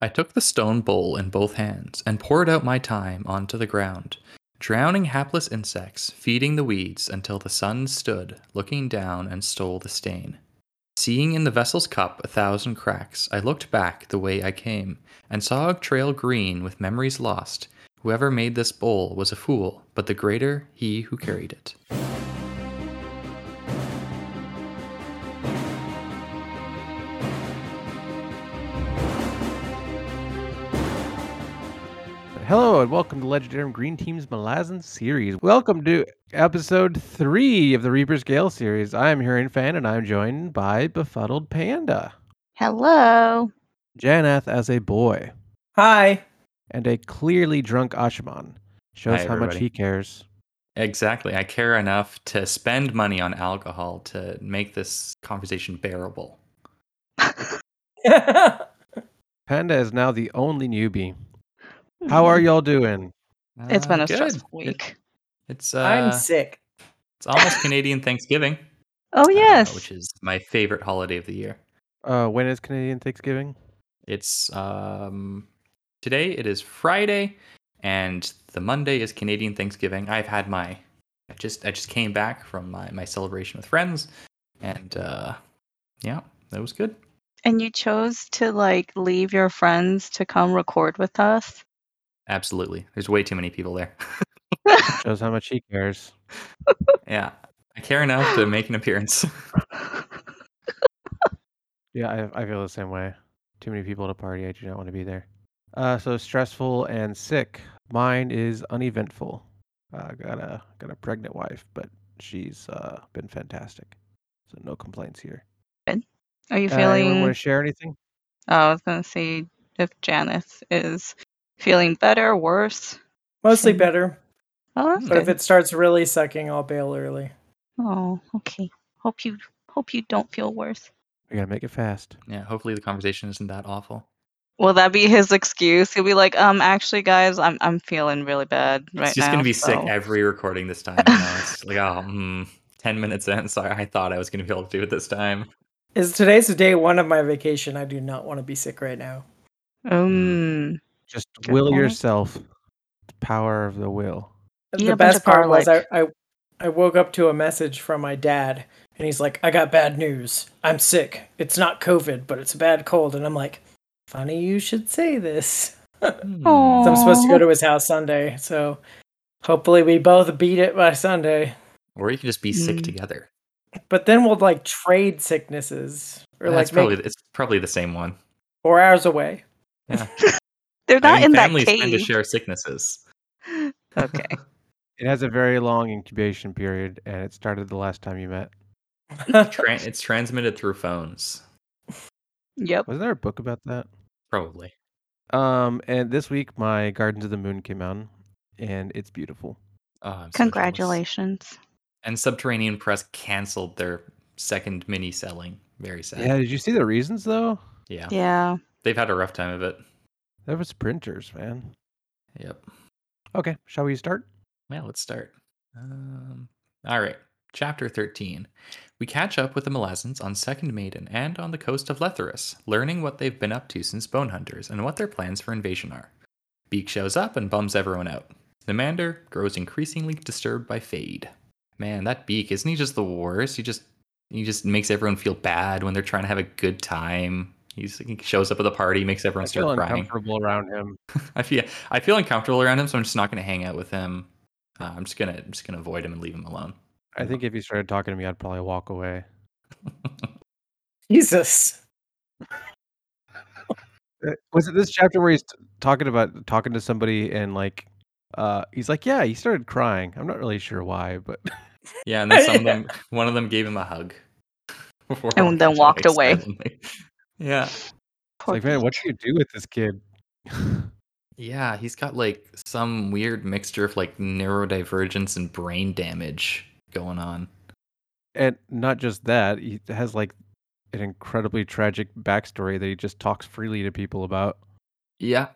I took the stone bowl in both hands and poured out my time onto the ground, drowning hapless insects, feeding the weeds until the sun stood, looking down, and stole the stain. Seeing in the vessel's cup a thousand cracks, I looked back the way I came, and saw a trail green with memories lost. Whoever made this bowl was a fool, but the greater he who carried it. Hello and welcome to Legendary Green Team's Malazan series. Welcome to episode three of the Reaper's Gale series. I am Huron Fan and I'm joined by Befuddled Panda, Hello. Janath as a boy, Hi. and a clearly drunk Ashaman. Shows Hi, how much everybody. he cares. Exactly. I care enough to spend money on alcohol to make this conversation bearable. Panda is now the only newbie. How are y'all doing? It's been Uh, a good. stressful It- week. it's uh, I'm sick. it's almost Canadian Thanksgiving. Oh uh, yes. which is my favorite holiday of the year. Uh, when is Canadian Thanksgiving? It's um today it is Friday and the Monday is Canadian Thanksgiving. I've had my I just I just came back from my, my celebration with friends and uh yeah, that was good. and you chose to like leave your friends to come record with us. Absolutely. There's way too many people there. Shows how much he cares. yeah. I care enough to make an appearance. Yeah, I, I feel the same way. Too many people at a party. I do not want to be there. Uh, so stressful and sick. Mine is uneventful. Uh, got a got a pregnant wife, but she's uh, been fantastic. So no complaints here. Are you Uh, anyone feeling? want to share anything? oh, I was gonna say if Janice is feeling better, worse. Mostly Same. better, Oh, that's Hmm. but if good. it starts really sucking, I'll bail early. Oh, okay. Hope you hope you don't feel worse. We gotta make it fast. yeah, hopefully the conversation isn't that awful. Will that be his excuse? He'll be like, um, actually, guys, I'm I'm feeling really bad right now. it's just gonna be sick so- every recording this time. You know? It's like, oh, mm, 10 minutes in. Sorry, I thought I was gonna be able to do it this time. Is today's the day one of my vacation? I do not want to be sick right now. Um, Just Good will point. yourself. The power of the will. Eat the a bunch best of part was I, garlic. I I woke up to a message from my dad, and he's like, "I got bad news. I'm sick. It's not COVID, but it's a bad cold." And I'm like, "Funny you should say this." Hmm. Aw. So I'm supposed to go to his house Sunday, so hopefully we both beat it by Sunday. Or you can just be sick Mm. together. But then we'll like trade sicknesses or That's like probably make it's probably the same one. four hours away. they're I not mean, in that families tend to cave. share sicknesses. Okay. It has a very long incubation period, and it started the last time you met. Tran it's transmitted through phones, Yep. Wasn't there a book about that? probably. Um, and this week my Gardens of the Moon came out, and it's beautiful. Oh, I'm so jealous. Congratulaneous. and Subterranean Press canceled their second mini selling. Very sad. Yeah, Yeah. did you see the reasons though? Yeah. They've had a rough time of it. That was printers, man. Yep. Okay, shall we start? Well, let's start. Um, all right. Chapter 13. We catch up with the Melazans on Second Maiden and on the coast of Letharus, learning what they've been up to since Bone Hunters and what their plans for invasion are. Beak shows up and bums everyone out. Namander grows increasingly disturbed by Fade. Man, that Beak, isn't he just the worst? He just he just makes everyone feel bad when they're trying to have a good time. He's, he shows up at the party, makes everyone I start feel crying. uncomfortable around him. I feel I feel uncomfortable around him, so I'm just not gonna hang out with him. Uh, I'm just gonna I'm just gonna avoid him and leave him alone. I think if he started talking to me, I'd probably walk away. Jesus. Uh, Was it this chapter where he's t- talking about talking to somebody and like, uh, he's like, yeah, he started crying. I'm not really sure why, but Yeah, and then some of them one of them gave him a hug before And then walking walked away. silently. Yeah, it's like, man, what do you do with this kid? yeah, he's got like some weird mixture of like neurodivergence and brain damage going on. and not just that, he has like an incredibly tragic backstory that he just talks freely to people about. Yeah,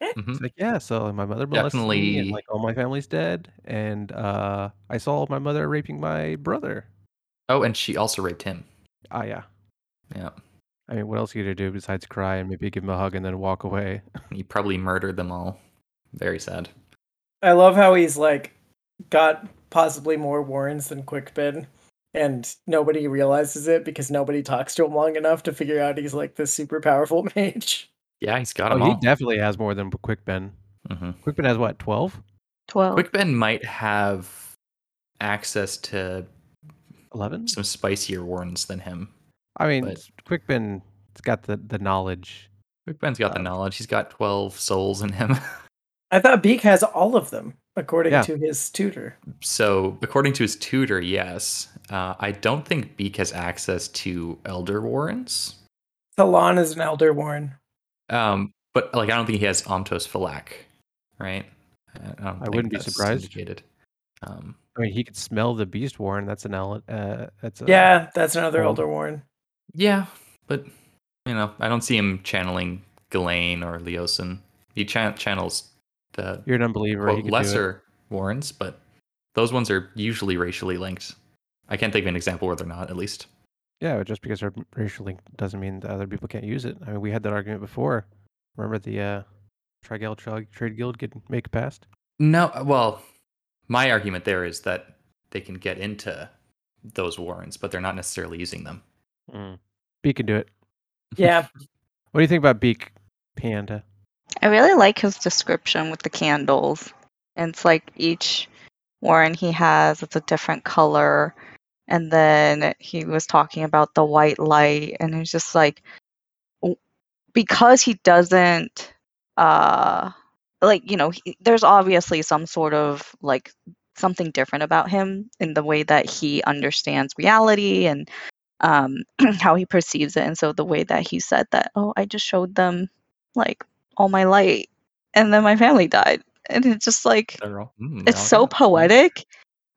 It's like, yeah, so my mother molested me, and Definitely. like all my family's dead, and uh, I saw my mother raping my brother. Oh, and she also raped him. Ah, yeah, Yeah. I mean, what else are you gonna do besides cry and maybe give him a hug and then walk away? He probably murdered them all. Very sad. I love how he's like got possibly more warrants than Quickbin, and nobody realizes it because nobody talks to him long enough to figure out he's like this super powerful mage. Yeah, he's got Oh, them he all. definitely has more than Quick Ben. hmm Quick Ben has what? Twelve? Twelve. Quick Ben might have access to Eleven? some spicier warrants than him. I mean, but- Quick Ben's got the the knowledge. Quick Ben's got the Um, knowledge. He's got 12 souls in him. I thought Beak has all of them according Yeah. to his tutor. so, according to his tutor, yes. Uh, I don't think Beak has access to elder warrants. Talon is an elder warren. Um, but like, I don't think he has Omtos Falak, right? I, don't I think wouldn't be that's surprised. indicated. Um, I mean, he could smell the beast warren. That's an ele- uh, that's a yeah, that's another well- elder warren. yeah, but you know, I don't see him channeling Ghislaine or Leosin. He chan channels the You're an unbeliever. he quote, could do it. lesser warrants, but those ones are usually racially linked. I can't think of an example where they're not, at least. Yeah, but just because they're racial link doesn't mean that other people can't use it. I mean, we had that argument before. Remember the uh, Trigel Trug Trade Guild could make past? No, well, my argument there is that they can get into those warrants, but they're not necessarily using them. Mm. Beak can do it. Yeah, What do you think about Beak Panda? I really like his description with the candles. And it's like each Warren he has, it's a different color. And then he was talking about the white light, and it's just like w- because he doesn't, uh, like you know, he, there's obviously some sort of like something different about him in the way that he understands reality and um, how he perceives it. And so the way that he said that, oh, I just showed them like all my light and then my family died and it's just like They're all- mm, they're it's all so good. Yeah. poetic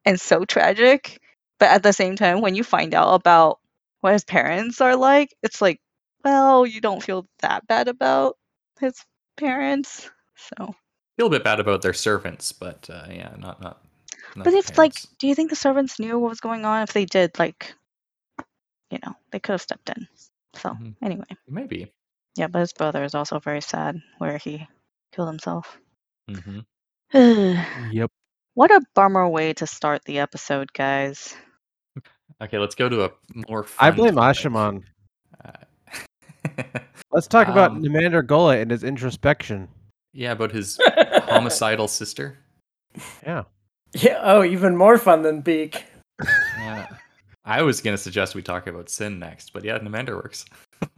and so tragic but at the same time when you find out about what his parents are like it's like well you don't feel that bad about his parents so Feel a bit bad about their servants, but uh, yeah, not not. not but the if like parents. do you think the servants knew what was going on if they did like you know they could have stepped in so Mhm. anyway maybe. yeah but his brother is also very sad where he killed himself hmm Yep. What a bummer way to start the episode, guys. Okay, let's go to a more. I Fun blame topic. Ashaman. Uh, Let's talk about Um, Nemander Gola and his introspection. yeah, about his homicidal sister. Yeah. Yeah. Oh, even more fun than Beak. Yeah. uh, I was gonna suggest we talk about sin next, but yeah, Namander works.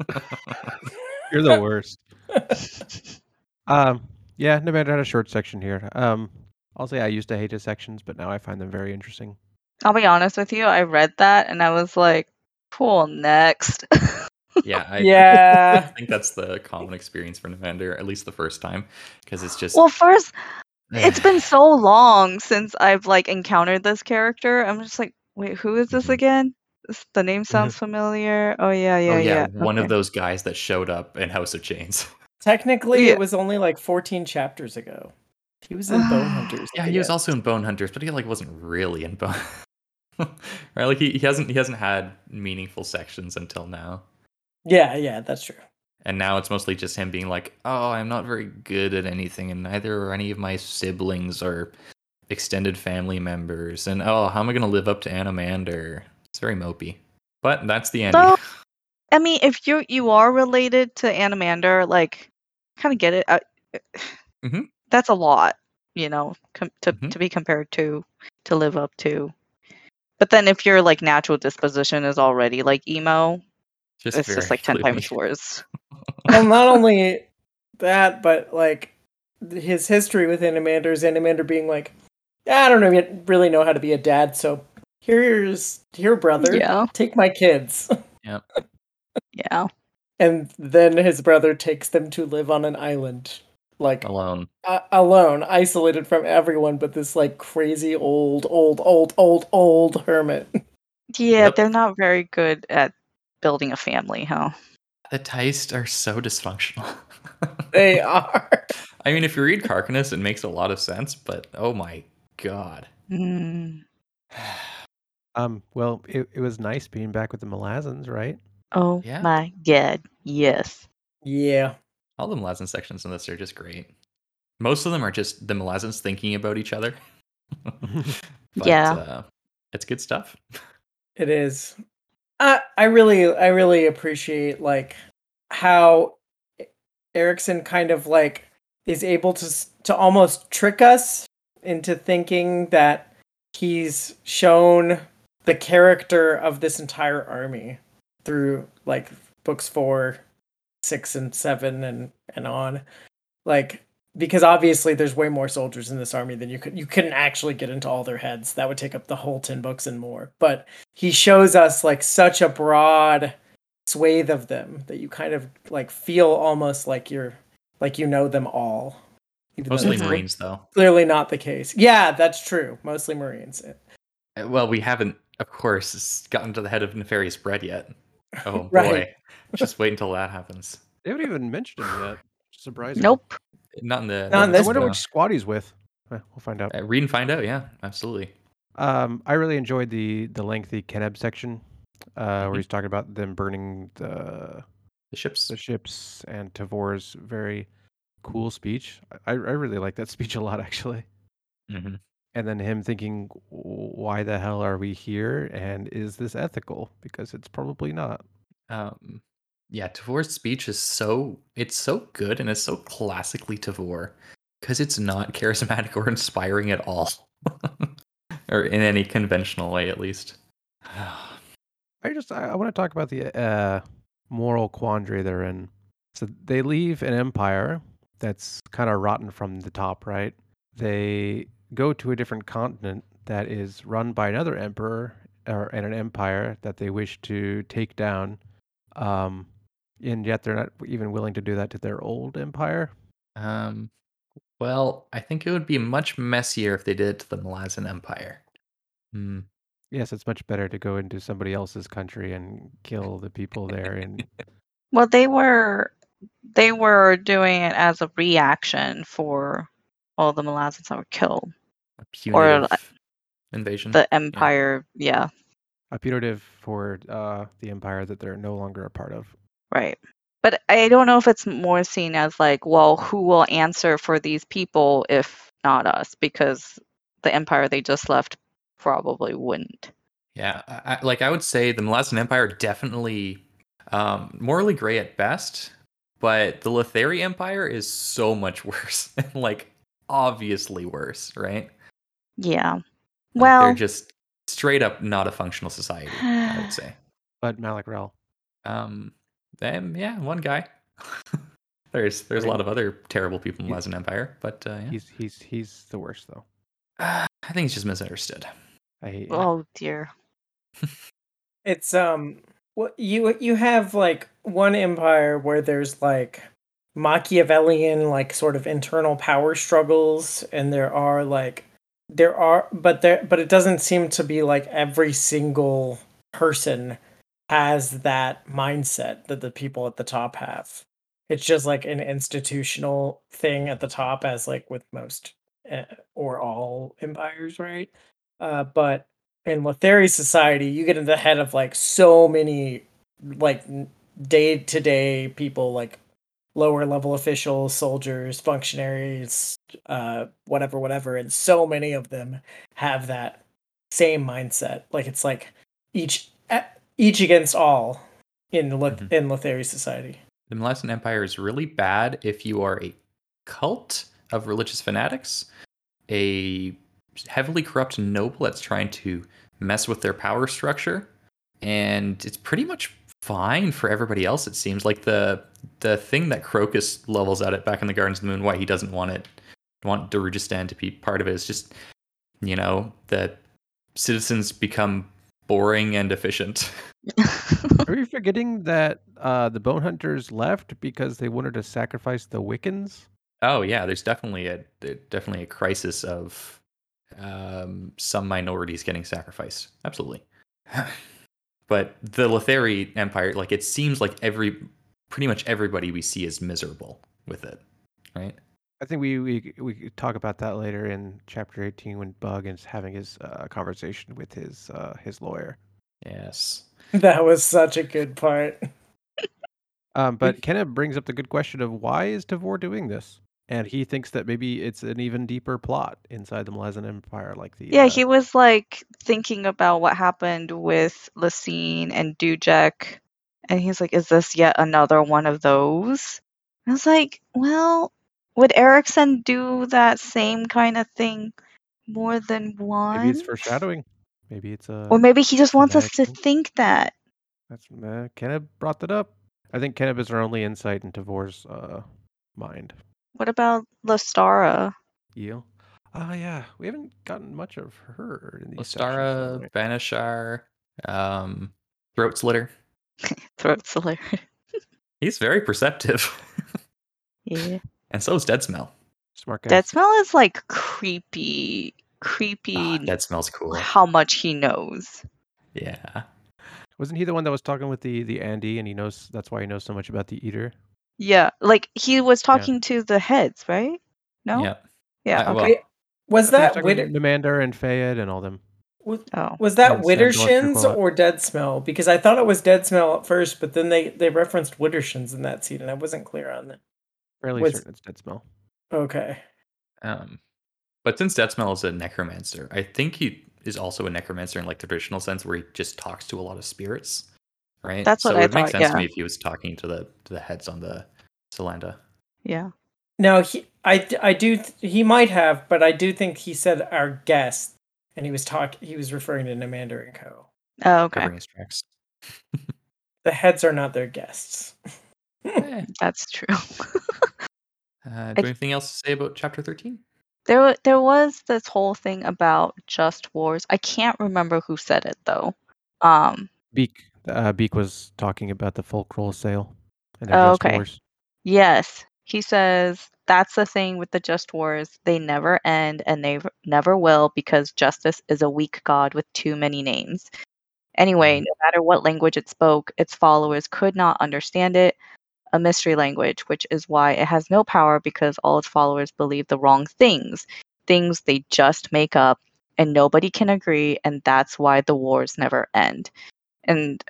You're the worst. um, yeah, Nemander had a short section here. Um, I'll say I used to hate his sections, but now I find them very interesting. I'll be honest with you, I read that and I was like, cool, next. yeah, I yeah. think that's the common experience for Namander, at least the first time, because it's just. well, first, it's been eh, so long since I've like encountered this character. I'm just like, wait, who is this Mhm. again? This- The name sounds familiar. Oh yeah, yeah, Mm-hmm. oh, yeah. one of okay. those guys that showed up in House of Chains. Technically, Yeah. it was only like 14 chapters ago. He was in Bone Hunters. Yeah, he was also in Bone Hunters, but he like wasn't really in Bone. right, like he, he hasn't he hasn't had meaningful sections until now, Yeah, yeah, that's true. and now it's mostly just him being like, "Oh, I'm not very good at anything, and neither are any of my siblings or extended family members, and oh, how am I gonna live up to Anamander?" It's very mopey, but that's the end. So, I mean, if you you are related to Animander, like, kind of get it. I, Mhm. That's a lot, you know, com- to Mhm. to be compared to, to live up to. But then, if your like natural disposition is already like emo, just it's just very like ten gloomy. times worse. Well, not only that, but like th- his history with Animander is Animander being like, I don't know, yet- really know how to be a dad, so here's here, brother, Yeah, take my kids. yeah. And then his brother takes them to live on an island, like alone. uh, alone, isolated from everyone, but this like crazy old, old, old, old, old hermit. Yeah, Yep. they're not very good at building a family, huh? The Teist are so dysfunctional. they are. I mean, if you read Carcanus, it makes a lot of sense, but oh my god. Mm. Um, well, it, it was nice being back with the Malazans, right? Oh Yeah. my god. Yes. Yeah. All the Malazan sections in this are just great. Most of them are just the Malazans thinking about each other. Yeah. Uh, it's good stuff. It is. I I really I really appreciate like how E-, Erickson kind of like is able to s- to almost trick us into thinking that he's shown the character of this entire army through like books 4 6 and 7 and and on like because obviously there's way more soldiers in this army than you could you couldn't actually get into all their heads that would take up the whole 10 books and more but he shows us like such a broad swathe of them that you kind of like feel almost like you're like you know them all even though Mostly that's Marines, though. clearly not the case yeah that's true mostly marines Uh, Well, we haven't, of course, s- gotten to the head of Nefarious Bread yet. Oh Right. boy. Just wait until that happens. They haven't even mentioned him yet. Surprising. Nope. Not in the. Not in I this wonder one. which squad he's with. Eh, We'll find out. Uh, read and find out. Yeah, absolutely. Um, I really enjoyed the the lengthy Keneb section, uh, where he's talking about them burning the The ships. the ships and Tavor's very cool speech. I, I really like that speech a lot actually. hmm And then him thinking, why the hell are we here? And is this ethical? Because it's probably not. Um, yeah, Tavor's speech is so it's so good and it's so classically Tavor because it's not charismatic or inspiring at all, or in any conventional way, at least. I just I, I want to talk about the uh, moral quandary they're in. So they leave an empire that's kind of rotten from the top, right? They go to a different continent that is run by another emperor or and an empire that they wish to take down, um, and yet they're not even willing to do that to their old empire. um, well, I think it would be much messier if they did it to the Malazan Empire. Hmm. Yes, it's much better to go into somebody else's country and kill the people there and Well, they were they were doing it as a reaction for all the Malazans that were killed. A Or, punitive like, invasion. The Empire, yeah, a punitive for uh, the empire that they're no longer a part of. right. But I don't know if it's more seen as like, well, who will answer for these people if not us? Because the Empire they just left probably wouldn't. Yeah, I, I- like I would say the Malazan Empire definitely um, morally gray at best, but the Lethari Empire is so much worse, like obviously worse, right? Like, Yeah. Well, they're just straight up not a functional society. I would say. But Malik Rel. Um, them, yeah, one guy. there's there's a lot of other terrible people in the You- Malazan Empire, but uh, yeah. He's he's he's the worst though. I think he's just misunderstood. I hate him. oh dear. it's um what you you have like one empire where there's like machiavellian like sort of internal power struggles and there are like there are but there but it doesn't seem to be like every single person has that mindset that the people at the top have it's just like an institutional thing at the top as like with most uh, or all empires right uh but in Lothari society, you get into the head of like so many like day to day people, like lower level officials, soldiers, functionaries, uh, whatever, whatever, and so many of them have that same mindset. Like it's like each e- each against all in Loth- Mm-hmm. Mhm. in Lothari society. The Malazan Empire is really bad if you are a cult of religious fanatics, a heavily corrupt noble that's trying to mess with their power structure, and it's pretty much fine for everybody else. It seems like the the thing that Crocus levels at it back in the Gardens of the Moon, why he doesn't want it, want Darujistan to be part of it, is just you know that citizens become boring and efficient. Are you forgetting that uh, the Bone Hunters left because they wanted to sacrifice the Wiccans? Oh yeah, there's definitely a there- definitely a crisis of um, some minorities getting sacrificed. Absolutely, but the Lothari Empire, like it seems like every pretty much everybody we see is miserable with it, right? I think we we we could talk about that later in chapter eighteen when Bug is having his uh, conversation with his uh, his lawyer. Yes. That was such a good part. Um, but Kenna brings up the good question of why is Tavor doing this? And he thinks that maybe it's an even deeper plot inside the Malazan Empire, like the Yeah, uh, he was like thinking about what happened with Lacine and Dujek, and he's like, "Is this yet another one of those?" And I was like, "Well, would Erickson do that same kind of thing more than once?" maybe it's foreshadowing. Maybe it's a Or maybe he just wants us to thematic. think that. That's uh, Kenneb brought that up. I think Kenneb is our only insight into Vor's uh, mind. What about Lestara? You? Ah, yeah. We haven't gotten much of her in these sections, though, Ostara, right? Banishar, um, Throat Slitter. Throat Slayer. He's very perceptive. yeah. and so is Dead Smell. Smart guy. Dead Smell is like creepy, creepy. Ah, Dead Smell's cool. How much he knows. Yeah. Wasn't he the one that was talking with the the Andy, and he knows that's why he knows so much about the Eater? Yeah, like he was Yeah. talking to the heads, right? No. Yep. I- Yeah. oh, okay. well, okay. Was I that think he was talking to Witter- Namander and Fayed and all them. was, Oh. was Yeah, that it's that Wittershins electrical- or Dead Smell? Because I thought it was Dead Smell at first, but then they they referenced Wittershins in that scene, and I wasn't clear on that. Fairly Was- certain it's Dead Smell. Okay. Um, but since Deathsmell is a necromancer, I think he is also a necromancer in like the traditional sense, where he just talks to a lot of spirits, right? That's what so I it would make thought, sense yeah. to me if he was talking to the to the heads on the Solanda. Yeah. Now he, I, d- I do th- he might have, but I do think he said our guest, and he was talk he was referring to Namander and Co. Oh, okay. Covering his tracks. The heads are not their guests. Hmm. Eh. That's true. Uh, do you have anything else to say about chapter thirteen? there wa- there was this whole thing about just wars. I can't remember who said it though. Um Beak. Uh, Beak was talking about the Fulcral sale. And Oh, their just okay. wars. yes, he says that's the thing with the just wars. They never end and they v- never will because justice is a weak god with too many names. Anyway, no matter what language it spoke, its followers could not understand it. a mystery language, which is why it has no power because all its followers believe the wrong things, things they just make up, and nobody can agree, and that's why the wars never end. And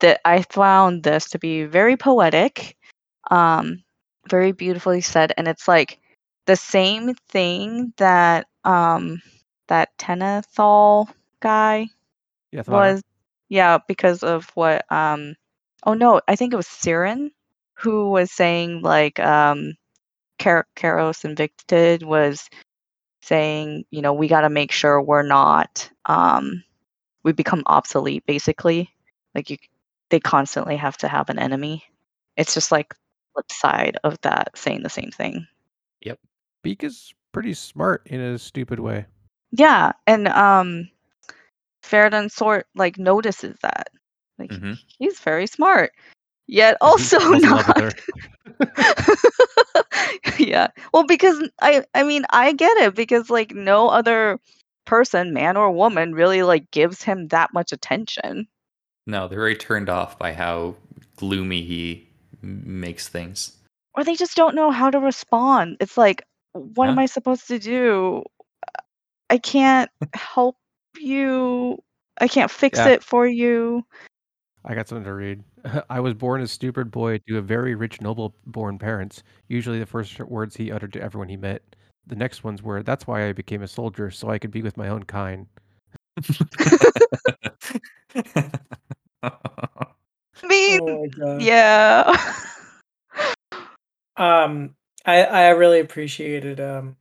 that I found this to be very poetic, um, very beautifully said, and it's like the same thing that um, that Tenethal guy Yeah, Thamara? was yeah because of what um oh no i think it was siren who was saying like um Car- Karos Invicted was saying, you know, we got to make sure we're not, um, we become obsolete basically. Like you, they constantly have to have an enemy. It's just like flip side of that saying the same thing. Beak is pretty smart in a stupid way. Yeah, and um, Feridan sort like notices that. Like Mhm. he's very smart, yet And he also falls in love with not. her. yeah. Well, because I I mean I get it because like no other person, man or woman, really like gives him that much attention. No, they're very turned off by how gloomy he m- makes things. Or they just don't know how to respond. It's like, what am Yeah. I supposed to do? I can't help you. I can't fix Yeah. it for you. I got something to read. I was born a stupid boy to a very rich noble born parents. Usually the first words he uttered to everyone he met. The next ones were, That's why I became a soldier, so I could be with my own kind. I mean, Oh my god. Yeah. Um, I I really appreciated um,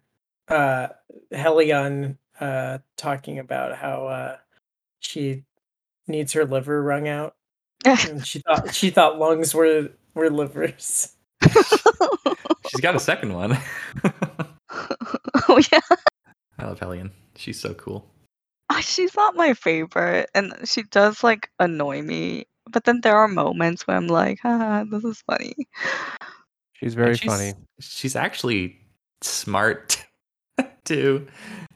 uh, Helion uh talking about how uh she needs her liver wrung out, and she thought she thought lungs were were livers. She's got a second one. oh yeah. I love Hellion. She's so cool. Oh, She's not my favorite and she does like annoy me. But then there are moments where I'm like, haha, this is funny. She's And very she's- funny. She's actually smart too,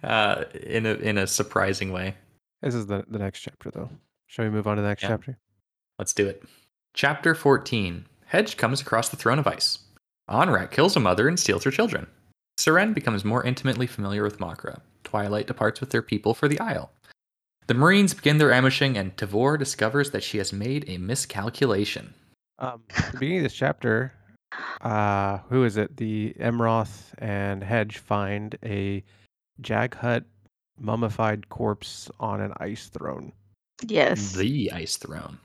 uh, in a in a surprising way. This is the, the next chapter, though. Shall we move on to the next Yeah. chapter? Let's do it. Chapter fourteen. Hedge comes across the throne of ice. Onrat kills a mother and steals her children. Seren becomes more intimately familiar with Makra. Twilight departs with their people for the Isle. The Marines begin their ambushing, and Tavor discovers that she has made a miscalculation. Um, at the beginning of this chapter, uh, who is it? The Emroth and Hedge find a Jaghut mummified corpse on an ice throne. Yes. The Ice Throne.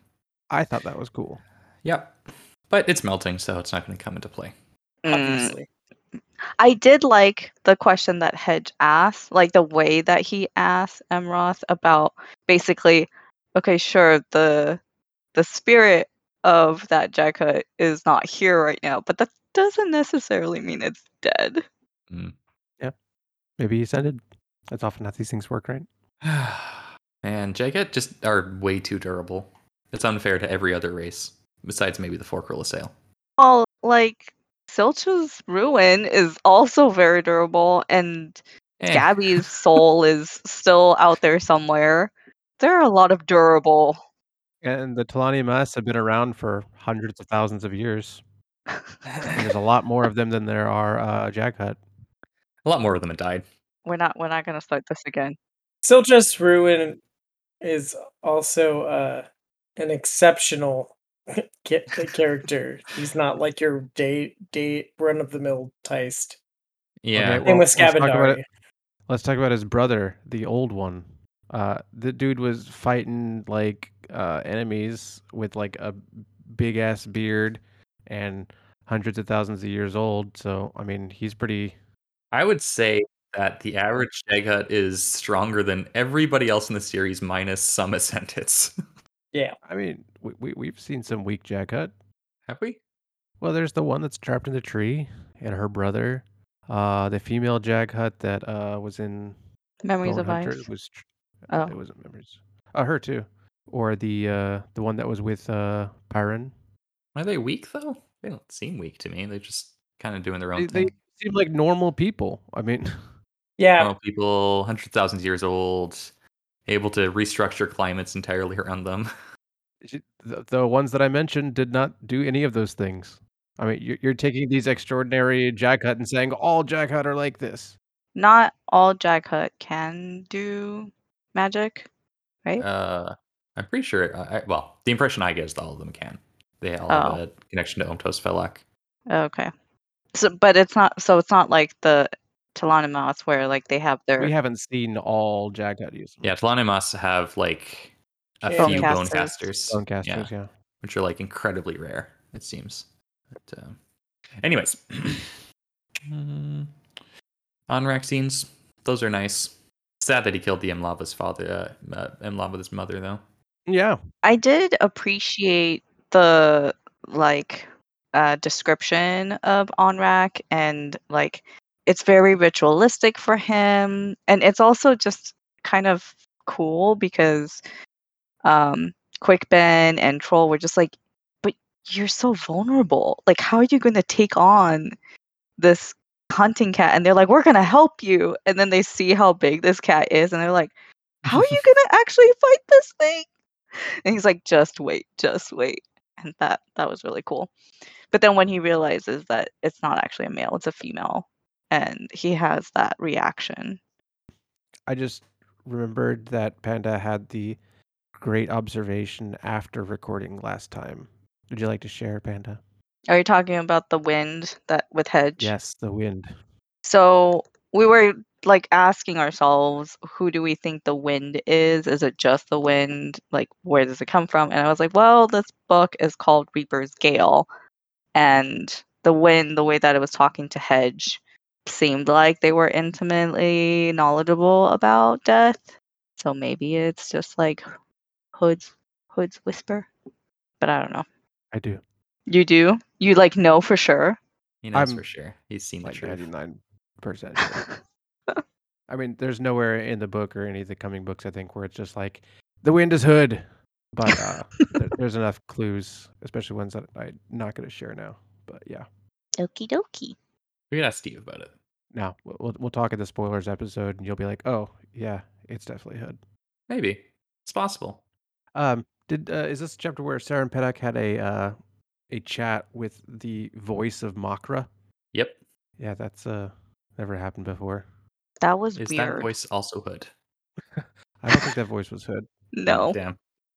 I thought that was cool. Yep. But it's melting, so it's not going to come into play. Mm. Obviously. I did like the question that Hedge asked, like the way that he asked Emroth about basically, okay, sure, the the spirit of that Jekka is not here right now, but that doesn't necessarily mean it's dead. Maybe he's ended. That's often how these things work, right? Man, Jagat just are way too durable. It's unfair to every other race, besides maybe the Forkrilla sale. Well, like Silch's ruin is also very durable, and Eh. Gabby's soul is still out there somewhere. There are a lot of durable. And the Talani Mass have been around for hundreds of thousands of years. And there's a lot more of them than there are uh, Jaghut. A lot more of them have died. We're not. We're not going to start this again. Silja's Ruin is also uh, an exceptional ca- character. He's not like your day day run of the mill Teist. Yeah. Okay, Same well, with let's talk about Scavendari. it. Let's talk about his brother, the old one. Uh, the dude was fighting like uh, enemies with like a big ass beard and hundreds of thousands of years old. So I mean, he's pretty. I would say that the average Jagat is stronger than everybody else in the series, minus some ascendants. I mean, we, we we've seen some weak Jaghut. have we? Well, there's the one that's trapped in the tree, and her brother, uh, the female Jaghut that uh was in Memories Bone of Hunter Ice. was. Tr- Oh. It wasn't memories. Uh, her too, or the uh the one that was with uh Pyron. Are they weak though? They don't seem weak to me. They're just kind of doing their own They, they thing. seem like normal people. I mean, Oh. Yeah, Normal people, hundred thousand years old, able to restructure climates entirely around them. j- the, the ones that I mentioned did not do any of those things. I mean, you're, you're taking these extraordinary Jaghut and saying all Jaghut are like this. Not all Jaghut can do magic. Eh Uh, I'm pretty sure. I, I- well, the impression I get is that all of them can. They all have Oh. a connection to Omtos Felak. Okay. So, but it's not. So it's not like the Talonimos where like they have their. We haven't seen all Jaghut use. them. Yeah, Tlanimas have like a Yeah. few bone Bonecasters. casters. Stone casters, yeah. which are like incredibly rare, it seems. But, um, anyways, Mm, Onrak scenes, those are nice. Sad that he killed the Imlava's father, uh, uh, Imlava's mother, though. yeah, I did appreciate the like uh, description of Onrak and like it's very ritualistic for him, and it's also just kind of cool because um, Quickben and Troll were just like, but you're so vulnerable. Like, how are you going to take on this hunting cat? And they're like, we're going to help you. And then they see how big this cat is, and they're like, how are you going to actually fight this thing? And he's like, just wait, just wait. And that that was really cool. But then when he realizes that it's not actually a male, it's a female, and he has that reaction. I just remembered that Panda had the great observation after recording last time. Would you like to share, Panda? Are you talking about the wind that with hedge? Yes, the wind. So we were like asking ourselves, who do we think the wind is? Is it just the wind? Like, where does it come from? And I was like, well, this book is called Reaper's Gale. And the wind, the way that it was talking to Hedge, seemed like they were intimately knowledgeable about death. So maybe it's just like Hood's Hood's whisper. But I don't know. I do. You do? You like know for sure? He knows I'm- for sure. He's seen the Like truth. ninety nine percent. I mean, there's nowhere in the book or any of the coming books, I think, where it's just like the wind is hood. But uh, there, there's enough clues, especially ones that I'm not going to share now. But yeah, Okie dokie. We could ask Steve about it. now we'll, we'll we'll talk at the spoilers episode, and you'll be like, oh yeah, it's definitely hood. Maybe it's possible. Um, did uh, is this a chapter where Sarah and Pedak had a uh, a chat with the voice of Makra? Yep. Yeah, that's uh never happened before. That was Is weird. that voice also Hood? I don't think that voice was Hood. No. Damn.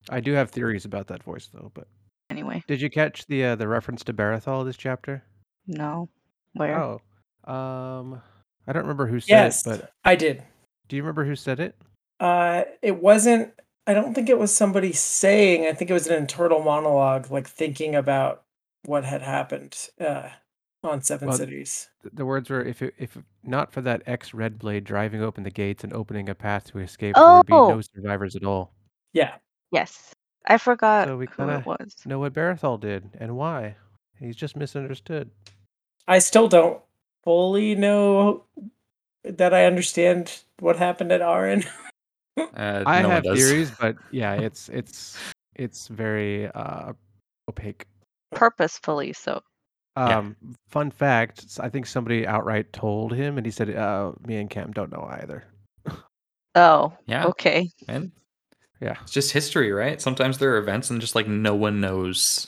I do have theories about that voice though. But Anyway, did you catch the uh, the reference to Barathol this chapter? no. Where? Oh, um, I don't remember who said Yes, it, but I did. do you remember who said it? Uh, it wasn't. I don't think it was somebody saying. I think it was an internal monologue, like thinking about what had happened uh, on Seven Well, Cities. Th- The words were, "If it, if not for that ex Red Blade driving open the gates and opening a path to escape, there would be no Oh. survivors at all." Yeah, Yes. I forgot So we who kinda- it was. Know what Barathol did and why? He's just misunderstood. I still don't fully know that I understand what happened at Arin. Uh, I no have one does. theories, but yeah, it's it's it's very uh, opaque. Purposefully so. Yeah. Um, Fun fact: s- I think somebody outright told him, and he said, uh, "Me and Cam don't know either." Oh, Yeah, okay. man. Yeah, It's just history, right? Sometimes there are events and just like no one knows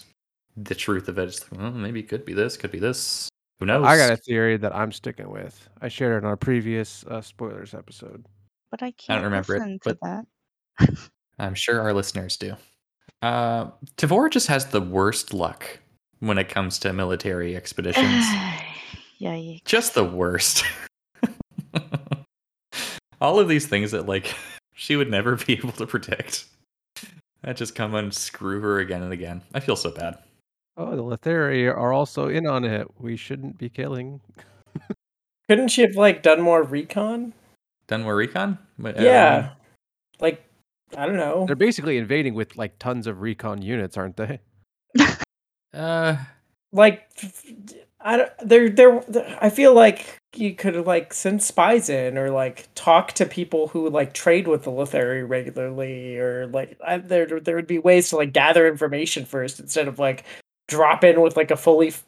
the truth of it. It's like, well, maybe it could be this, could be this. Who Oh, knows? I got a theory that I'm sticking with. I shared it on our previous uh, spoilers episode. But I can't remember it, listen to but- that. I'm sure our listeners do. Uh, Tavor just has the worst luck when it comes to military expeditions. yeah, you... just the worst. All of these things that like she would never be able to predict. I just come and screw her again and again. I feel so bad. Oh, the Letheri are also in on it. We shouldn't be killing. Couldn't she have like done more recon? Done more recon? What- uh, yeah, like I don't know. They're basically invading with like tons of recon units, aren't they? Uh, like f- f- I don't, there there I feel like you could like send spies in or like talk to people who like trade with the Lothari regularly or like I, there there would be ways to like gather information first instead of like drop in with like a fully f-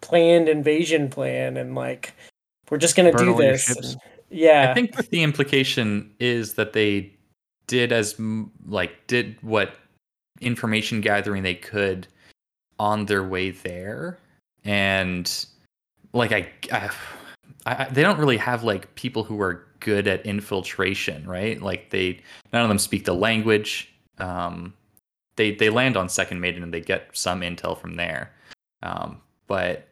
planned invasion plan and like we're just gonna Burn do all your this. ships. and- yeah, I think the implication is that they did as m- like did what information gathering they could on their way there, and like I, I, I they don't really have like people who are good at infiltration, right? Like they none of them speak the language. Um, they they land on Second Maiden and they get some intel from there, um, but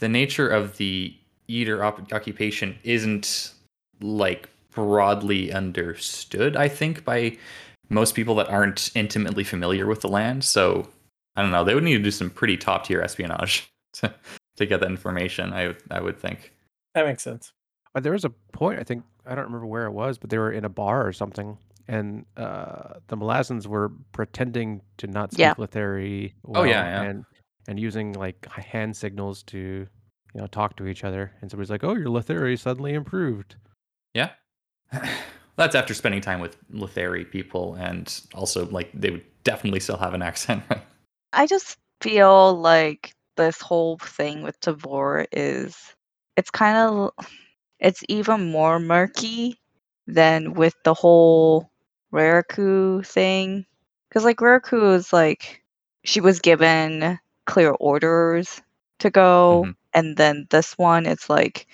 the nature of the eater op- occupation isn't like broadly understood i think by most people that aren't intimately familiar with the land so i don't know they would need to do some pretty top tier espionage to, to get that information i would i would think that makes sense. Uh, there was a point I think I don't remember where it was, but they were in a bar or something, and uh, the Malazans were pretending to not speak Yeah. Letheri. Oh, well yeah, yeah. and and using like h- hand signals to you know talk to each other. And somebody's like, "Oh, your Letheri suddenly improved." yeah that's after spending time with Lethari people and also like they would definitely still have an accent right I just feel like this whole thing with Tavor is it's kind of it's even more murky than with the whole Raraku thing cuz like Raraku is like she was given clear orders to go Mhm. and then this one it's like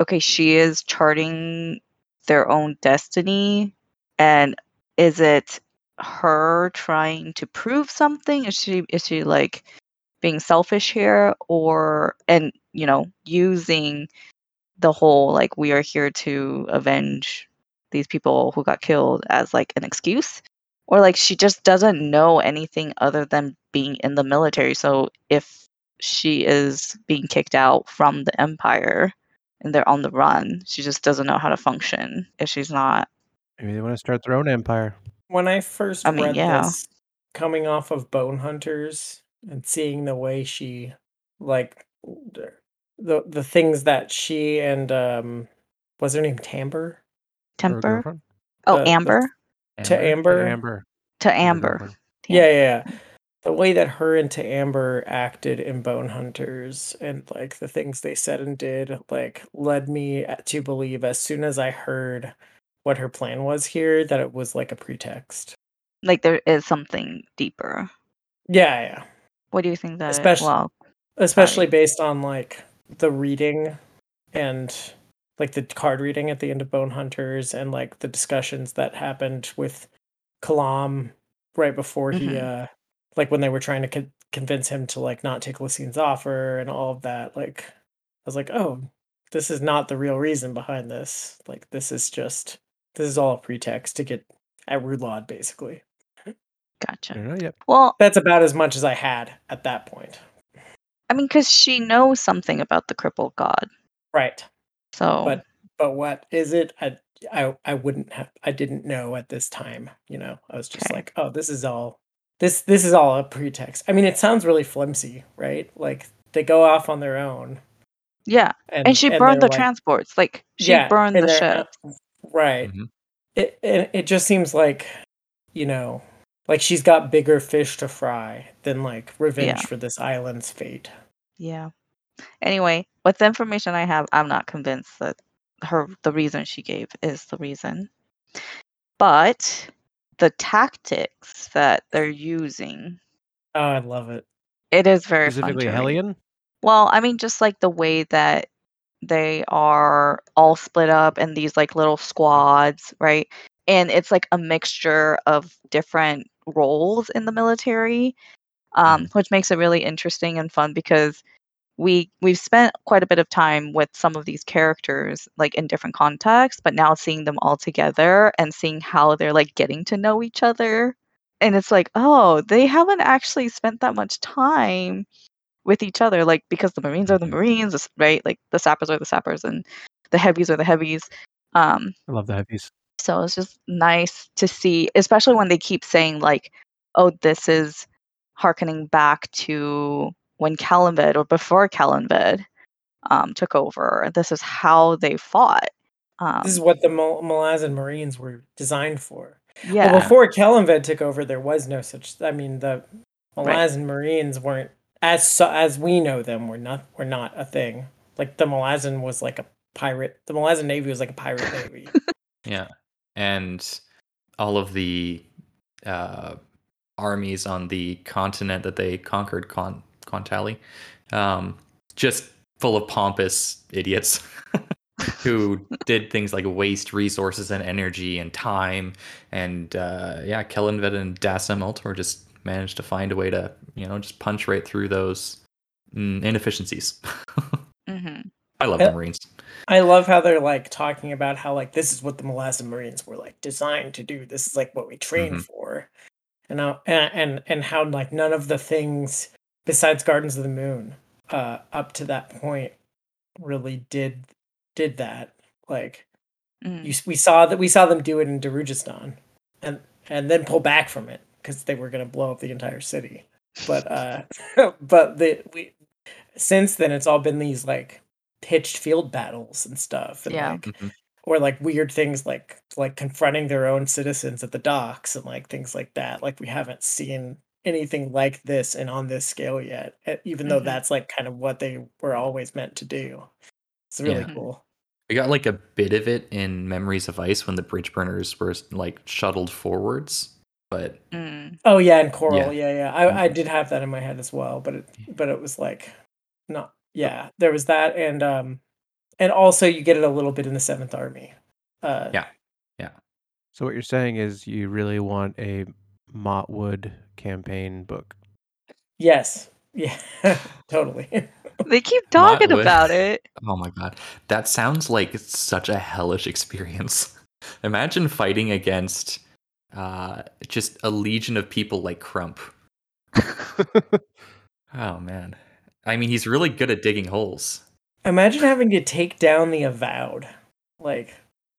okay she is charting their own destiny and is it her trying to prove something is she is she like being selfish here or and you know using the whole like we are here to avenge these people who got killed as like an excuse or like she just doesn't know anything other than being in the military so if she is being kicked out from the empire and they're on the run she just doesn't know how to function if she's not Maybe they want to start their own empire. when I first I mean, read yeah. this, coming off of Bone Hunters and seeing the way she, like, d- the the things that she and um, was her name Tamber Her temper girlfriend? oh the- the- amber to Amber. Amber. to her amber girlfriend. Tam- Mm-hmm. Yeah, yeah, yeah. The way that her and to Amber acted in Bone Hunters and like the things they said and did, like, led me a- to believe as soon as I heard what her plan was here that it was like a pretext. like there is something deeper. Yeah, yeah. What do you think that? Especially- well, especially based on like the reading and like the card reading at the end of Bone Hunters and like the discussions that happened with Kalam right before he uh like when they were trying to con- convince him to like not take Lucine's offer and all of that like I was like oh this is not the real reason behind this like this is just this is all a pretext to get at Rudlod basically I Gotcha. Mm-hmm. don't know yet. Well, that's about as much as I had at that point I mean, because she knows something about the crippled god. right So, But- but what is it? I I, I wouldn't have I didn't know at this time, you know. I was just Okay. like, oh, this is all this this is all a pretext. I mean, it sounds really flimsy, right? Like they go off on their own. yeah. And, she burned the they're like- transports. Like, she Yeah, burned and the they're- ship. Right. Mhm. It and it just seems like, you know, like she's got bigger fish to fry than like revenge for this island's fate. Yeah. Anyway, with the information I have, I'm not convinced that her the reason she gave is the reason. But the tactics that they're using, Oh, I love it. it is very Specifically, fun to read. Hellion. Well, I mean, just like the way that they are all split up in these like little squads, right? And it's like a mixture of different roles in the military, um, which makes it really interesting and fun because we we've spent quite a bit of time with some of these characters like in different contexts, but now seeing them all together and seeing how they're like getting to know each other. And it's like, oh, they haven't actually spent that much time with each other, like because the Marines are the Mhm. Mm-hmm. Marines, the s- right? Like the sappers are the sappers and the heavies are the heavies. Um, I love the heavies. so it's just nice to see, especially when they keep saying like, "Oh, this is harkening back to when Kalinved or before Kalinved um, took over. This is how they fought." Um, This is what the Mal- Malazan Marines were designed for. yeah, oh, Well, before Kellenved took over, there was no such. I mean, the Right. Malazan Marines weren't as so, as we know them. Were not were not a thing. Like the Malazan was like a pirate. The Malazan Navy was like a pirate navy. Yeah. And all of the uh, armies on the continent that they conquered, Con- Contali, um, just full of pompous idiots who did things like waste resources and energy and time. And uh, yeah, Kellenved and Dasam Ultor just managed to find a way to, you know, just punch right through those mm, inefficiencies. hmm I love Yeah. the Marines. I love how they're like talking about how like this is what the Malazan Marines were like designed to do. This is like what we trained Mm-hmm. Mhm. for, and how and, and and how like none of the things besides Gardens of the Moon uh, up to that point really did did that. Like Mm-hmm. you, s- we saw that we saw them do it in Darujistan and and then pull back from it because they were going to blow up the entire city but uh but the we since then it's all been these like pitched field battles and stuff and Yeah. like Mhm. or like weird things like like confronting their own citizens at the docks and like things like that like we haven't seen anything like this and on this scale yet e- even though Mhm. that's like kind of what they were always meant to do it's really Yeah. cool We got like a bit of it in Memories of Ice when the bridge burners were like shuttled forwards, but Mm. Oh yeah, and coral. Yeah. Yeah, yeah. I, I Mhm. did have that in my head as well, but it but it was like not Oh. yeah, there was that and um and also you get it a little bit in the seventh army. Uh Yeah. So what you're saying is you really want a Motwood campaign book. yes. Yeah. totally. They keep talking Motwood. about it. oh my god, that sounds like such a hellish experience. Imagine fighting against uh, just a legion of people like Crump. Oh man, I mean he's really good at digging holes. Imagine having to take down the avowed. Like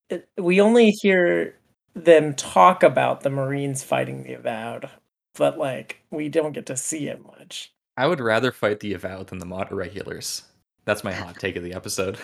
it, we only hear them talk about the Marines fighting the avowed, but like we don't get to see it much. I would rather fight the avowed than the mod regulars. That's my hot take of the episode.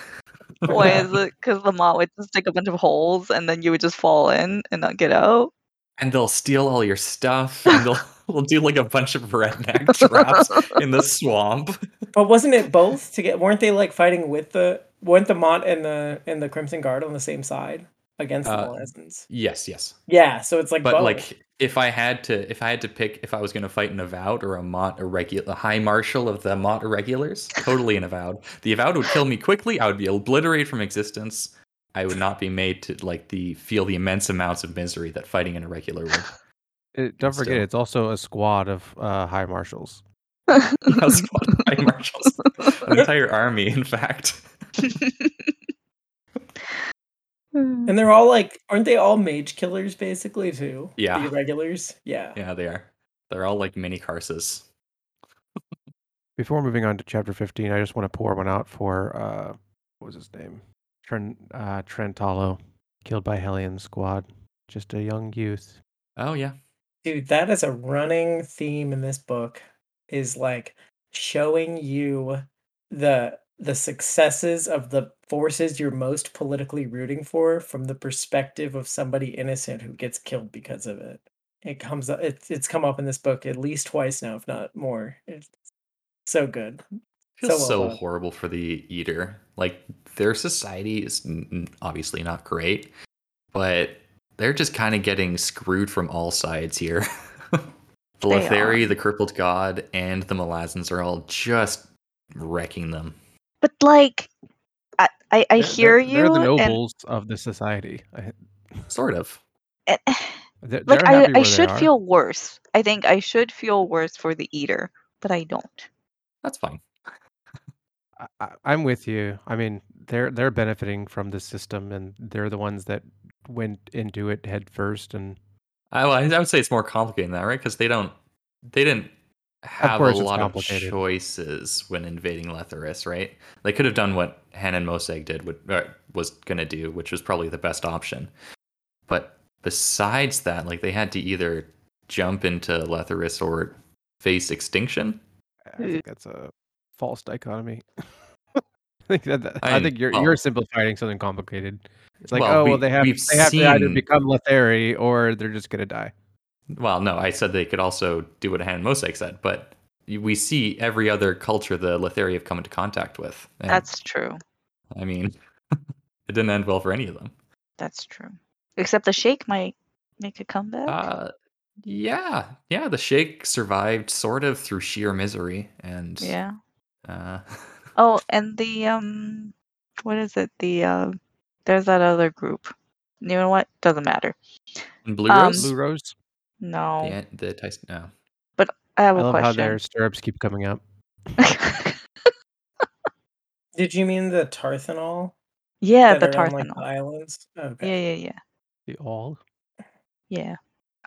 Why is it? Because the mom would just dig a bunch of holes and then you would just fall in and not get out. and they'll steal all your stuff and they'll we'll do like a bunch of redneck traps in the swamp. But wasn't it both to get? Weren't they like fighting with the? Weren't the Mont and the and the Crimson Guard on the same side? against Uh, the Malazans. Yes, yes. Yeah, so it's like but both. like if I had to if I had to pick if I was going to fight an avowed or a mont irregular a high marshal of the mont irregulars, totally an avowed. The avowed would kill me quickly. I would be obliterated from existence. I would not be made to like the feel the immense amounts of misery that fighting an irregular would. It, don't forget, Still. it's also a squad of uh, high marshals. Yeah, it's called high marshals. An entire army, in fact. and they're all like, aren't they all mage killers basically too? Yeah. the regulars. Yeah. Yeah, they are. They're all like mini carses. Before moving on to chapter 15, I just want to pour one out for uh, what was his name? Tren, uh, Trentalo, killed by Hellion squad. Just a young youth. Oh yeah. dude, that is a running theme in this book. Is like showing you the the successes of the forces you're most politically rooting for from the perspective of somebody innocent who gets killed because of it. It comes up. It's it's come up in this book at least twice now, if not more. It's so good. feels well so, done. horrible for the eater. Like their society is n- n- obviously not great, but they're just kind of getting screwed from all sides here. the They Letheri, the crippled god, and the Malazans are all just wrecking them. but like, I I, They're- I hear they're, you. They're the and- nobles of the society. I, Sort of. and- they're, like they're I, happy I where they should are. feel worse. I think I should feel worse for the eater, but I don't. That's fine. I- I, I'm with you. I mean, they're they're benefiting from this system, and they're the ones that went into it head first. And I, well, I I would say it's more complicated than that, right? Because they don't, they didn't have a course it's lot of complicated. choices when invading Letharis, right? They could have done what Han and Moseg did, what uh, was gonna do, which was probably the best option. But besides that, like they had to either jump into Letharis or face extinction. I think that's a false dichotomy. I think that, that- I I'm- think you're well- you're simplifying something complicated. It's like, Well, oh well, we- they have we've they have to either seen- become Letheri or they're just gonna die. Well, no, I said they could also do what Han and Moseg said, but we see every other culture the Letheri have come into contact with. And, That's true. I mean, it didn't end well for any of them. That's true. Except the shake might make a comeback. Uh, yeah, yeah. The Sheikh survived sort of through sheer misery, and yeah. Uh, Oh, and the um, what is it? The uh, there's that other group. You know what? Doesn't matter. and Blue um, Rose, Blue Rose. No, the, the Tyson. No, I have I a love how their question. stirrups keep coming up. Did you mean the Tarthanol? yeah, the that are on, like, Tarthanol. the islands. Okay. yeah, yeah, yeah, The all. yeah.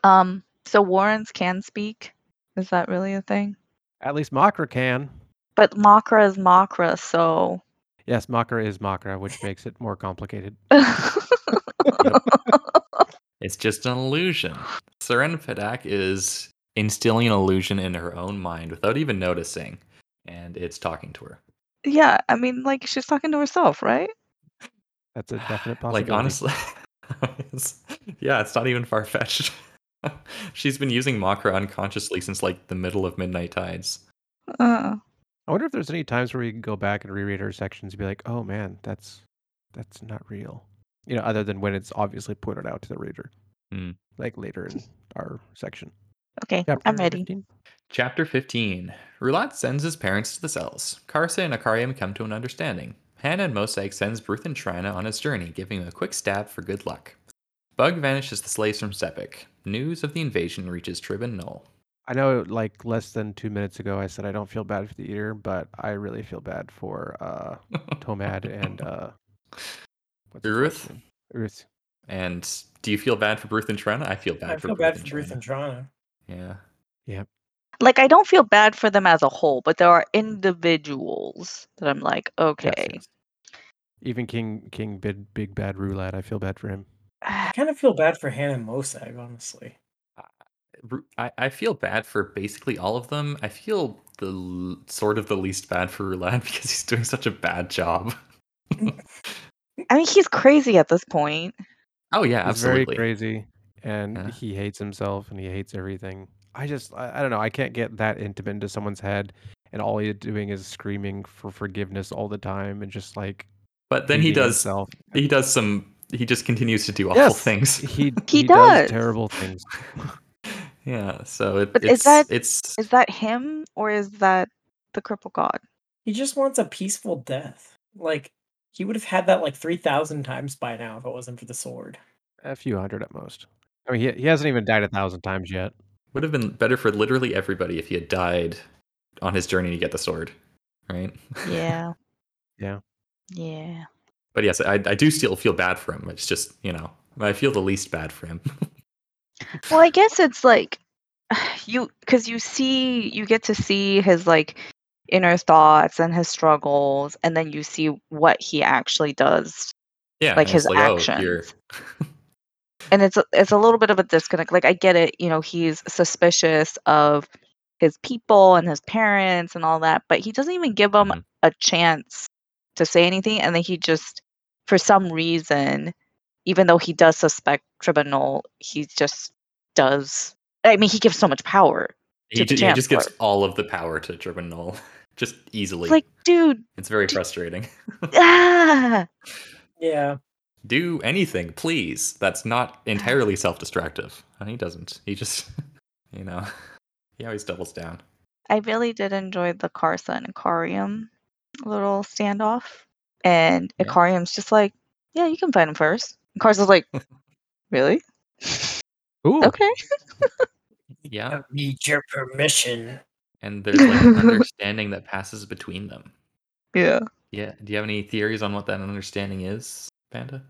Um, so Warrens can speak. Is that really a thing? At least Makra can. But Makra is Makra, so Yes, Makra is Makra, which makes it more complicated. it's just an illusion. Seren Fadak is instilling an illusion in her own mind without even noticing, and it's talking to her. yeah, I mean, like she's talking to herself, right? That's a definite possibility. Like honestly, it's- yeah, it's not even far fetched. She's been using Makra unconsciously since like the middle of Midnight Tides. Uh, I wonder if there's any times where we can go back and reread our sections and be like, "Oh man, that's that's not real," you know, other than when it's obviously pointed out to the reader, Hmm. like later in our section. okay, I'm Chapter ready. 15? Chapter 15 Rulat sends his parents to the cells. Karsa and Akarium come to an understanding. Hannah and Mosaic sends Bruth and Trina on his journey, giving him a quick stab for good luck. Bug vanishes the slaves from Sepik. News of the invasion reaches Trib and Null. I know, like less than two minutes ago, I said I don't feel bad for the eater, but I really feel bad for uh, Tomad and uh, what's his Ruth? last name? Ruth. And do you feel bad for Bruth and Trina? I feel bad I for feel Bruth bad and for Ruth Trina. and Trana. Yeah. Like I don't feel bad for them as a whole, but there are individuals that I'm like, okay. Yes, yes. Even King King Big Big Bad Roulette, I feel bad for him. I kind of feel bad for Hannah and Mosag, honestly. Ru- I, I feel bad for basically all of them. I feel the l- sort of the least bad for Rulat because he's doing such a bad job. I mean, he's crazy at this point. Oh yeah, He's absolutely. very crazy, and Yeah. he hates himself and he hates everything. I just, I, I don't know. I can't get that intimate into someone's head, and all he's doing is screaming for forgiveness all the time, and just like But then he hating does himself. he does some he just continues to do awful Yes. things. He He does. terrible things. Yeah, so it, But it's is that- it's Is that him or is that the cripple god? He just wants a peaceful death. Like he would have had that like three thousand times by now if it wasn't for the sword. A few hundred at most. I mean, he, he hasn't even died a thousand times yet. would have been better for literally everybody if he had died on his journey to get the sword, right? Yeah. Yeah. Yeah. but yes, I, I do still feel bad for him. It's just you know I feel the least bad for him. Well, I guess it's like you because you see you get to see his like inner thoughts and his struggles, and then you see what he actually does, yeah, Like and his it's actions. Oh, you're, and it's a, it's a little bit of a disconnect. Like I get it, you know, he's suspicious of his people and his parents and all that, but he doesn't even give them Mhm. a chance to say anything, and then he just for some reason, even though he does suspect criminal, he just does. I mean, he gives so much power he, the ju- he just gives Chancellor. all of the power to German Null, just easily. It's like, dude, it's very d- frustrating. ah! Yeah. do anything, please. That's not entirely self-destructive. And he doesn't. He just, you know, he always doubles down. I really did enjoy the Karsa and Ikarium little standoff. And Yeah. Ikarium's just like, yeah, you can fight him first. And Karsa's like, really? Ooh, Okay. Yeah, need your permission. and there's like an understanding that passes between them. Yeah. Yeah. Do you have any theories on what that understanding is, Panda?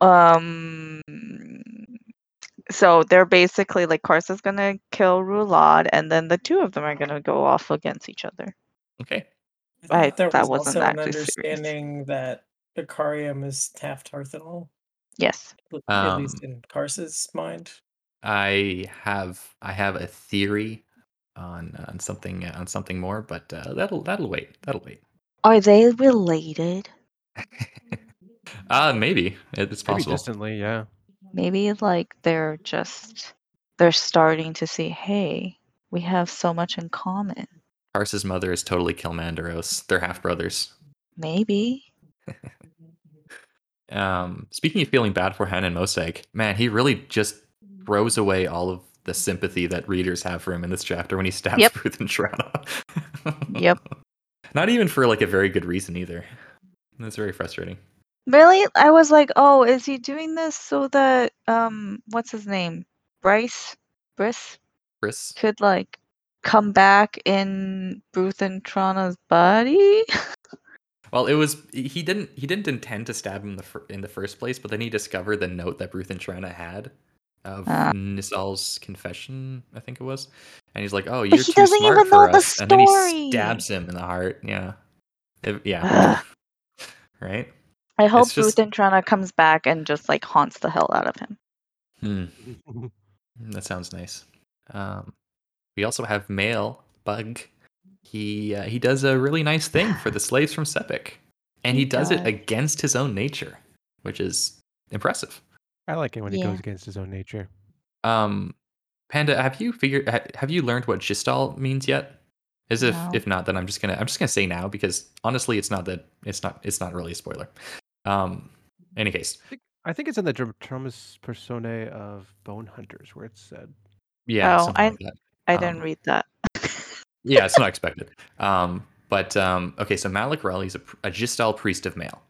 Um. So they're basically like Karsa's gonna kill Rulad, and then the two of them are gonna go off against each other. Okay. I- thought there that was wasn't also an actually serious. understanding that Ikarium is half Tarthanol, Yes. at least Um, in Karsa's mind. I have I have a theory on on something on something more, but uh, that'll that'll wait. That'll wait. Are they related? uh maybe It- it's maybe possible. distantly, yeah. maybe like they're just they're starting to see hey we have so much in common Karsa's mother is totally Kilmandaros. They're half brothers. maybe Um, speaking of feeling bad for Han and Mosaic, man, he really just throws away all of the sympathy that readers have for him in this chapter when he stabs Yep. Ruth and Shrana. Yep. Not even for like a very good reason either. That's very frustrating. really i was like oh is he doing this so that um what's his name bryce briss Chris, could like come back in Ruth and Trana's body Well, it was he didn't he didn't intend to stab him in the, fir- in the first place, but then he discovered the note that Ruth and Trana had of Ah. Nisal's confession, I think it was, and he's like, "Oh, he you're too doesn't smart even for know the us," and then he story. stabs him in the heart. Yeah, If- yeah, Ugh. right. i hope It's Ruth just- and Trana comes back and just like haunts the hell out of him Hmm, that sounds nice. Um, we also have male bug. He uh, he does a really nice thing for the slaves from Sepik, and he, He does it does. against his own nature, which is impressive. I like it when he Yeah. goes against his own nature. Um, Panda, have you figured? ha- Have you learned what gistal means yet? As if No. if not, then I'm just gonna I'm just gonna say now because honestly, it's not that it's not it's not really a spoiler. Um, any case, I think it's in the Dramatis Personae of Bone Hunters where it's said. yeah, Oh, something I- like that. i Um, didn't read that yeah, it's not expected. Um, but um, okay, so Malik Raleigh is a, pr- a Gistal priest of male.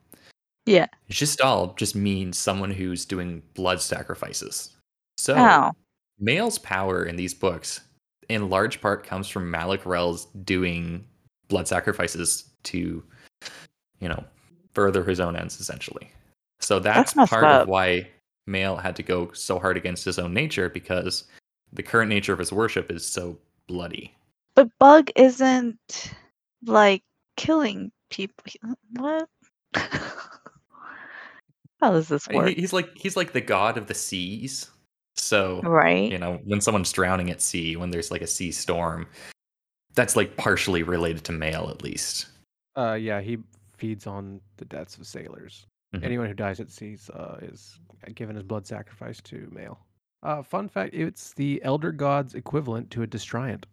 Yeah. Gistal just means someone who's doing blood sacrifices. So oh Male's power in these books, in large part, comes from Malik Rel's doing blood sacrifices to, you know, further his own ends, essentially. So that's, That's messed part up. of why Male had to go so hard against his own nature because the current nature of his worship is so bloody. But Bug isn't like killing people. He- uh, What? How does this I mean, work? Uh, he- he's like he's like the god of the seas. So right? you know, when someone's drowning at sea, when there's like a sea storm, that's like partially related to Male, at least. Uh, yeah, he feeds on the deaths of sailors. Mhm. Anyone who dies at sea uh, is given his blood sacrifice to male. Uh, fun fact: it's the elder god's equivalent to a destriant.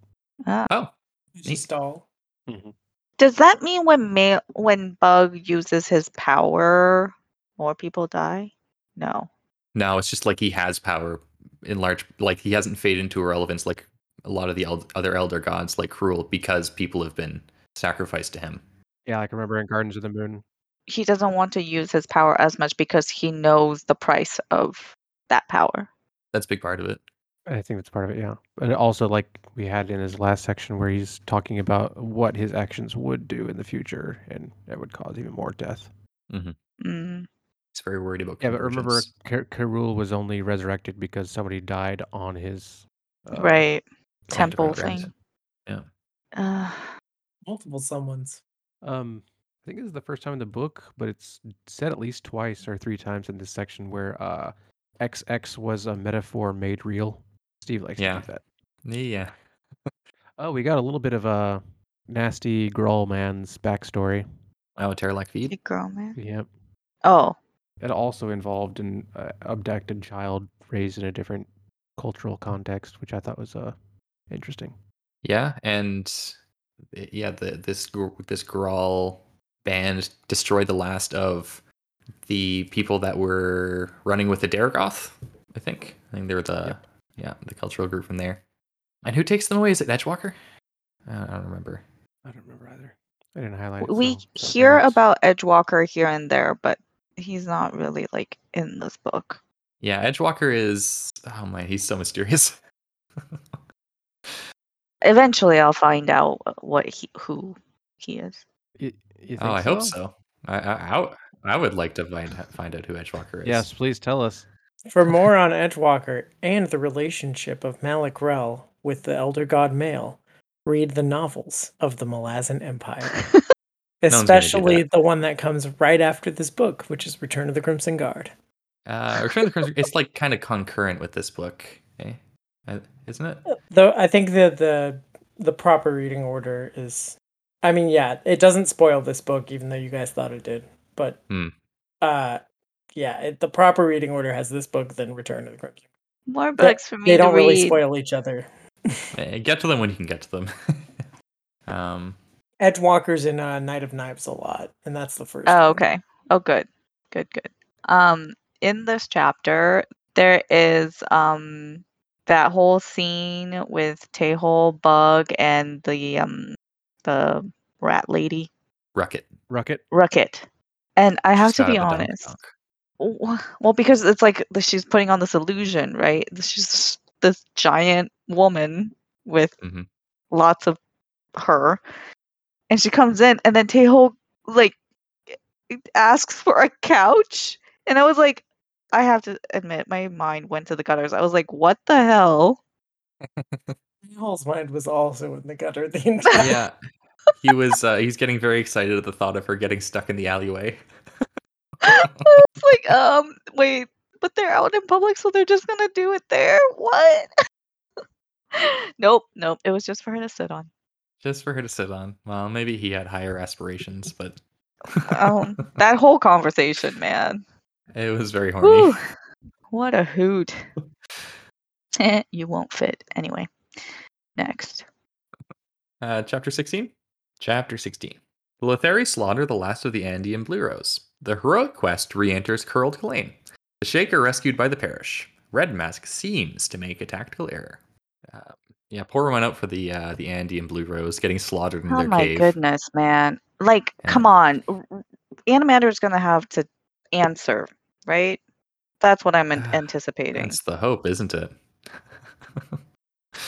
Ah. Oh, It's Neat. Just all. Mm-hmm. Does that mean when ma- when Bug uses his power, more people die? No. No, it's just like he has power in large, like he hasn't faded into irrelevance like a lot of the eld- other elder gods, like Cruel, because people have been sacrificed to him. Yeah, like remember in Gardens of the Moon. He doesn't want to use his power as much because he knows the price of that power. That's a big part of it. I think that's part of it, yeah. And also, like we had in his last section, where he's talking about what his actions would do in the future, and it would cause even more death. Mm. He's very worried about. Yeah, but remember, convergence. Ker- Kerul was only resurrected because somebody died on his uh, right. on Temple Kerul's- thing. Uh, Multiple someone's. Um, I think this is the first time in the book, but it's said at least twice or three times in this section where uh, XX was a metaphor made real. Steve likes Yeah. to do that. Yeah, Oh, we got a little bit of a nasty Grawl man's backstory. oh, Terlak feed. big girl, man. Yep. Oh, It also involved an uh, abducted child raised in a different cultural context, which I thought was uh, interesting. Yeah, and uh, yeah, the this gr- this Grawl band destroyed the last of the people that were running with the Daragoth. I think. I think they were the yeah the cultural group from there. And who takes them away? Is it Edgewalker? Uh, I don't remember. I don't remember either. I didn't highlight. it, we so that hear counts. about Edgewalker here and there, but he's not really like in this book. Yeah, Edgewalker is oh man, he's so mysterious. Eventually, I'll find out wh- what he, who he is. Y- you oh, think I hope so. I I, I w- I would like to find find out who Edgewalker is. Yes, please tell us. For more on Edgewalker and the relationship of Malik Rel with the Elder God Male, read the novels of the Malazan Empire, one's gonna do especially that. the one that comes right after this book, which is Return of the Crimson Guard. Uh, Return of the Crimson. it's like kind of concurrent with this book, eh? Uh, isn't it? Though I think the the the proper reading order is, I mean, yeah, it doesn't spoil this book, even though you guys thought it did. But, Hmm. uh, yeah, it, the proper reading order has this book, then Return of the Crimson. More books for me They to don't really read. spoil each other. Eh, Get to them when you can get to them. um, Edgewalker's in uh, Knight of Knives a lot, and that's the first. Oh, one. okay. Oh, good. Good, good. Um, in this chapter, there is um that whole scene with Tehol, Bug, and the um the rat lady Rucket. Rucket. Rucket. And I have Just out to of be the Donk honest. Donk. w- Well, because it's like the- she's putting on this illusion, right? This- She's this- this giant woman with Mhm. lots of her, and she comes in, and then Teho like i- i- asks for a couch, and I was like, I have to admit, my mind went to the gutters. I was like, what the hell? Hall's mind was also in the gutter the entire. Yeah, he was. Uh, he's getting very excited at the thought of her getting stuck in the alleyway. I was like, um, wait, but they're out in public, so they're just gonna do it there. What? nope, nope. It was just for her to sit on. Just for her to sit on. Well, maybe he had higher aspirations, but um, that whole conversation, man. it was very horny. Whew. what a hoot. Eh, you won't fit. Anyway, next. Uh, chapter 16? Chapter 16. The Lothari slaughter the last of the Andean Blue Rose. The heroic quest re enters Curled Kalane. The Shaker rescued by the parish. Red Mask seems to make a tactical error. Uh, yeah, poor one out for the uh, the Andean Blue Rose getting slaughtered in Oh their my cave. goodness, man. Like, Yeah. come on. R- r- Animator's going to have to answer, right? That's what I'm an- Ah, anticipating. That's the hope, isn't it?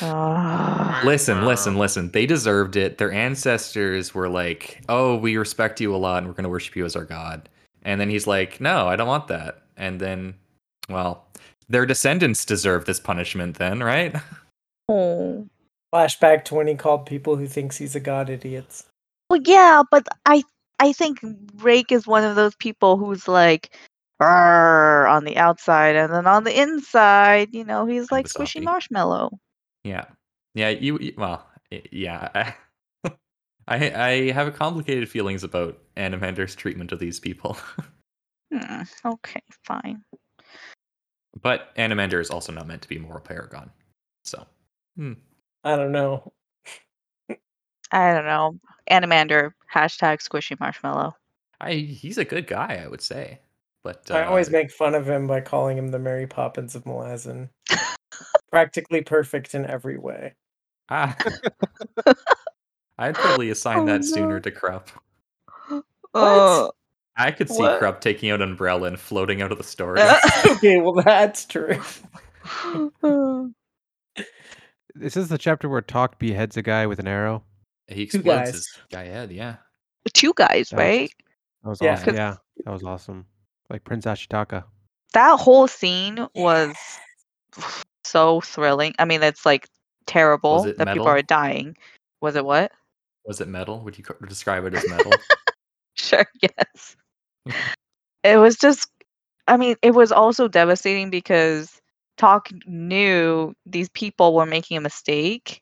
Ah. listen, listen, listen. They deserved it. Their ancestors were like, "Oh, we respect you a lot, and we're going to worship you as our god." And then he's like, "No, I don't want that." And then, well, their descendants deserve this punishment, then, right? Oh. Flashback to when he called people who thinks he's a god idiots. Well, yeah, but I I think Rake is one of those people who's like "Arr," on the outside, and then on the inside, you know, he's Kinda like squishy soppy. marshmallow. Yeah, yeah. You, you well, y- yeah. I, I, I have complicated feelings about Animander's treatment of these people, Hmm, okay, fine. but Animander is also not meant to be a moral paragon, so. hmm. I don't know. I don't know. Animander hashtag squishy marshmallow. I he's a good guy, I would say. But I always uh, make fun of him by calling him the Mary Poppins of Malazan. Practically perfect in every way. ah. I'd probably assign Oh, that no. sooner to Krupp. Oh, I could see What? Krupp taking out an umbrella and floating out of the store. okay, well that's true. This is the chapter where Talk beheads a guy with an arrow. he Two explodes guys. his guy head. Yeah. two guys, That was- right? That was Yeah. awesome. Yeah, that was awesome. Like Prince Ashitaka. That whole scene was so thrilling. I mean, it's like terrible it that people metal? are dying. Was it what? Was it metal? Would you c- describe it as metal? Sure, yes. it was just, I mean, it was also devastating because Talk knew these people were making a mistake.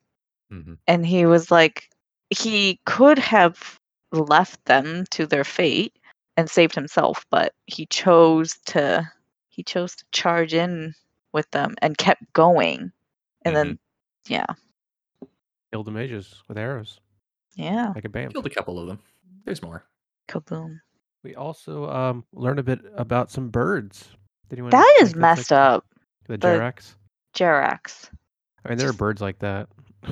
hmm and he was like he could have left them to their fate and saved himself but he chose to he chose to charge in with them and kept going and then yeah Killed the mages with arrows. yeah Like a bam. Killed a couple of them. There's more. kaboom We also um, learn a bit about some birds. Did anyone that think is that's, messed like, up The but- Jerax. jerax I mean, there are just- birds like that.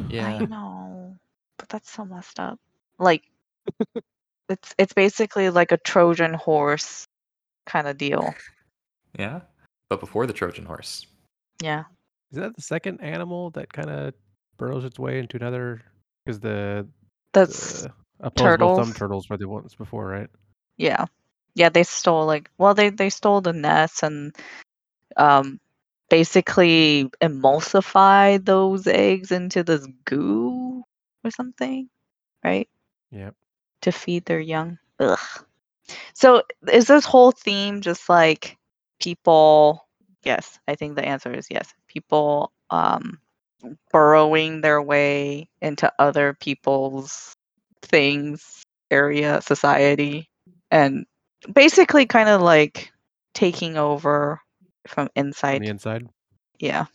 Yeah. i know but that's so messed up like it's it's basically like a trojan horse kind of deal Yeah. But before the Trojan horse. yeah Is that the second animal that kind of burrows its way into another? Because the, that's the opposable turtles. thumb turtles were the ones before, right? Yeah. Yeah, they stole like well they they stole the nests and um basically emulsified those eggs into this goo or something, right? Yep. To feed their young. Ugh. So is this whole theme just like people yes, I think the answer is yes. People um burrowing their way into other people's things, area, society and basically kind of like taking over from On the inside. inside. Yeah.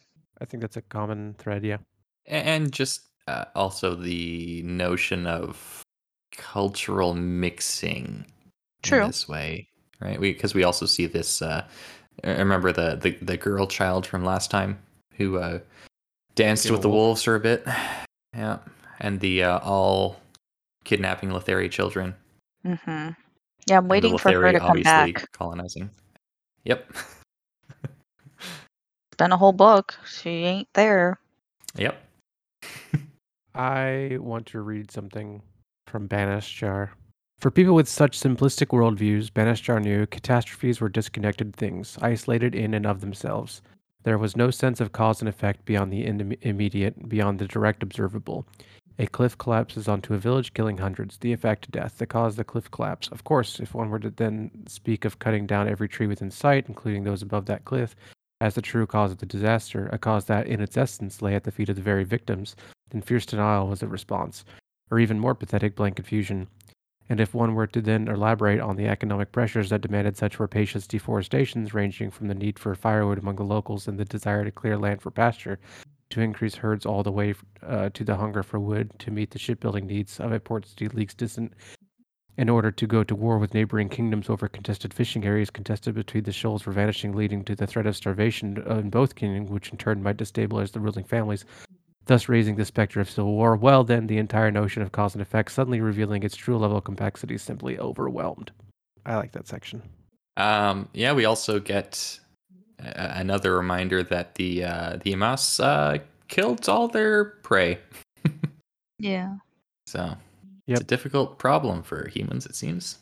I think that's a common thread, yeah. A- And just uh, also the notion of cultural mixing True. in this way, right? Because we, also see this. Uh, I remember the, the, the girl child from last time who uh, danced Became a with the wolf. wolves for a bit. Yeah. And the uh, all kidnapping Lethari children. hmm Yeah, I'm and the waiting for her Lethari to come obviously back. colonizing. Yep. It's been a whole book. She ain't there. Yep. I want to read something from Banish Jar. For people with such simplistic worldviews, Banish Jar knew catastrophes were disconnected things, isolated in and of themselves. There was no sense of cause and effect beyond the in- immediate, beyond the direct observable. A cliff collapses onto a village, killing hundreds. The effect, death. The cause, the cliff collapse. Of course, if one were to then speak of cutting down every tree within sight, including those above that cliff, as the true cause of the disaster, a cause that in its essence lay at the feet of the very victims, then fierce denial was the response, or even more pathetic blank confusion. And if one were to then elaborate on the economic pressures that demanded such rapacious deforestations, ranging from the need for firewood among the locals and the desire to clear land for pasture, to increase herds all the way uh, to the hunger for wood to meet the shipbuilding needs of a port city leagues distant, in order to go to war with neighboring kingdoms over contested fishing areas contested between the shoals were vanishing, leading to the threat of starvation uh, in both kingdoms, which in turn might destabilize the ruling families thus raising the specter of civil war. Well, then, the entire notion of cause and effect suddenly revealing its true level of complexity, simply overwhelmed. I like that section. Um, yeah, we also get a- another reminder that the uh, the Amas uh, killed all their prey. Yeah. So Yep. it's a difficult problem for humans, it seems.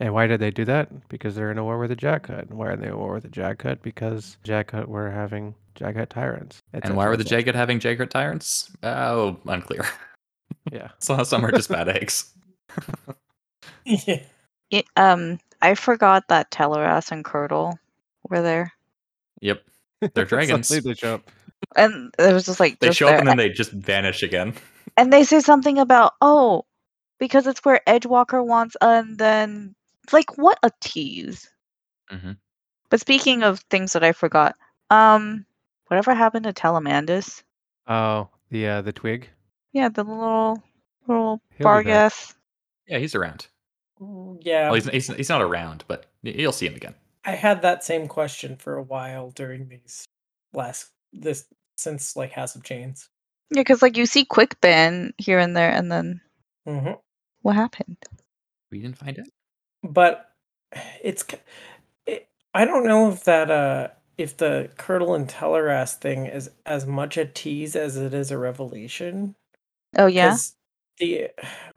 And why did they do that? Because they're in a war with the Jackhut. And why are they in a war with the Jackhut? Because Jackhut were having Jackhut tyrants. and why were the Essentially, Jagged having Jagged tyrants? Oh, unclear. Yeah. so some are just bad eggs. yeah. It, um, I forgot that Teleras and Curdle were there, Yep. They're dragons. Suddenly they show up. and it was just like They just show up there. and then they just vanish again. and they say something about oh, because it's where Edgewalker wants, and then like what a tease. Mhm. But speaking of things that I forgot, um, whatever happened to Telemandus? Oh, the uh, the twig. Yeah, the little little He'll be back. Bargas. Yeah, he's around. Mm, Yeah. Well, he's, he's, he's not around, but y- you'll see him again. I had that same question for a while during these last this since like House of Chains. Yeah, because like you see Quick Ben here and there, and then hmm what happened? We didn't find out. But it's k- it, I don't know if that uh if the Curdle and Telleras thing is as much a tease as it is a revelation. Oh yeah, 'Cause The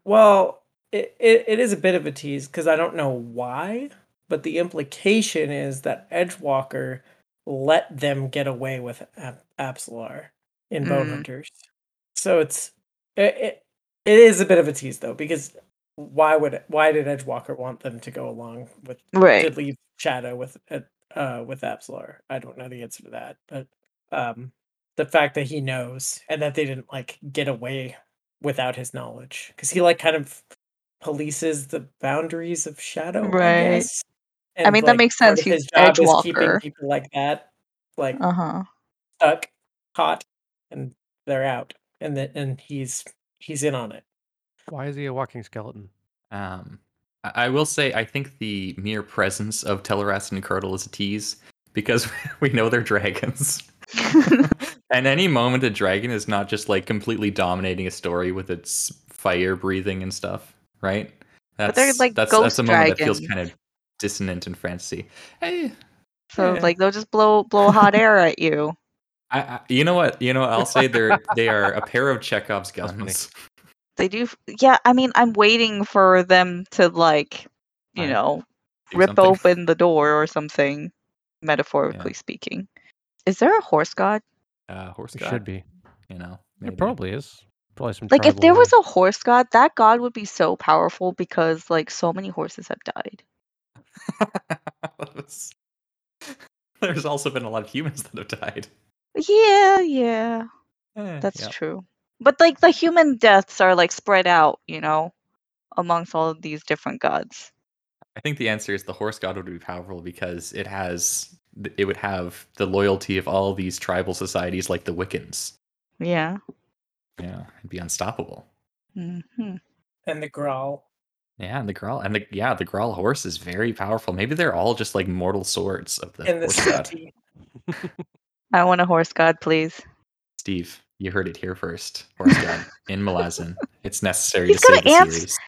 well, it, it, it is a bit of a tease because I don't know why, but the implication is that Edgewalker let them get away with Ab- Absalar in Mm. Bonehunters. So it's it, it it is a bit of a tease though because why would why did Edgewalker want them to go along with right. to leave Shadow with uh, uh with Absalar. I don't know the answer to that, but um the fact that he knows and that they didn't like get away without his knowledge cuz he like kind of polices the boundaries of Shadow, Right. I guess. I And, mean, that like, makes part sense. of He's His job is keeping Edgewalker. people like that like Uh huh. stuck, caught and they're out. And then and he's he's in on it. Why is he a walking skeleton? Um, I I will say, I think the mere presence of Teleras and Curdle is a tease because we know they're dragons. Uh-huh. and any moment a dragon is not just like completely dominating a story with its fire breathing and stuff, right? That's But they're, like, that's that's ghost a moment that feels kind dragons. of dissonant and fantasy. Hey, so Yeah. like they'll just blow blow hot air at you. I, I, you know what? You know what? I'll say they're they are a pair of Chekhov's That's funny. guns. They do. f- Yeah, I mean, I'm waiting for them to like, you Right. know, Do rip something. open the door or something, metaphorically speaking. Is there a horse god? Uh, horse It god. should be. You know, It probably is. Probably some. Like, if there tribal- was a horse god, that god would be so powerful because like so many horses have died. That was- There's also been a lot of humans that have died. Yeah, yeah, Eh, that's yep. true. But like the human deaths are like spread out, you know, amongst all of these different gods. I think the answer is the horse god would be powerful because it has it would have the loyalty of all these tribal societies like the Wiccans. Yeah. Yeah, it'd be unstoppable. hmm And the growl. Yeah, and the Graal and the yeah, the Graal horse is very powerful. Maybe they're all just like mortal swords of the And the horse god. city. uh, I want a horse god, please. Steve, you heard it here first. Horse god in Malazan. It's necessary He's to save gonna the ans- series.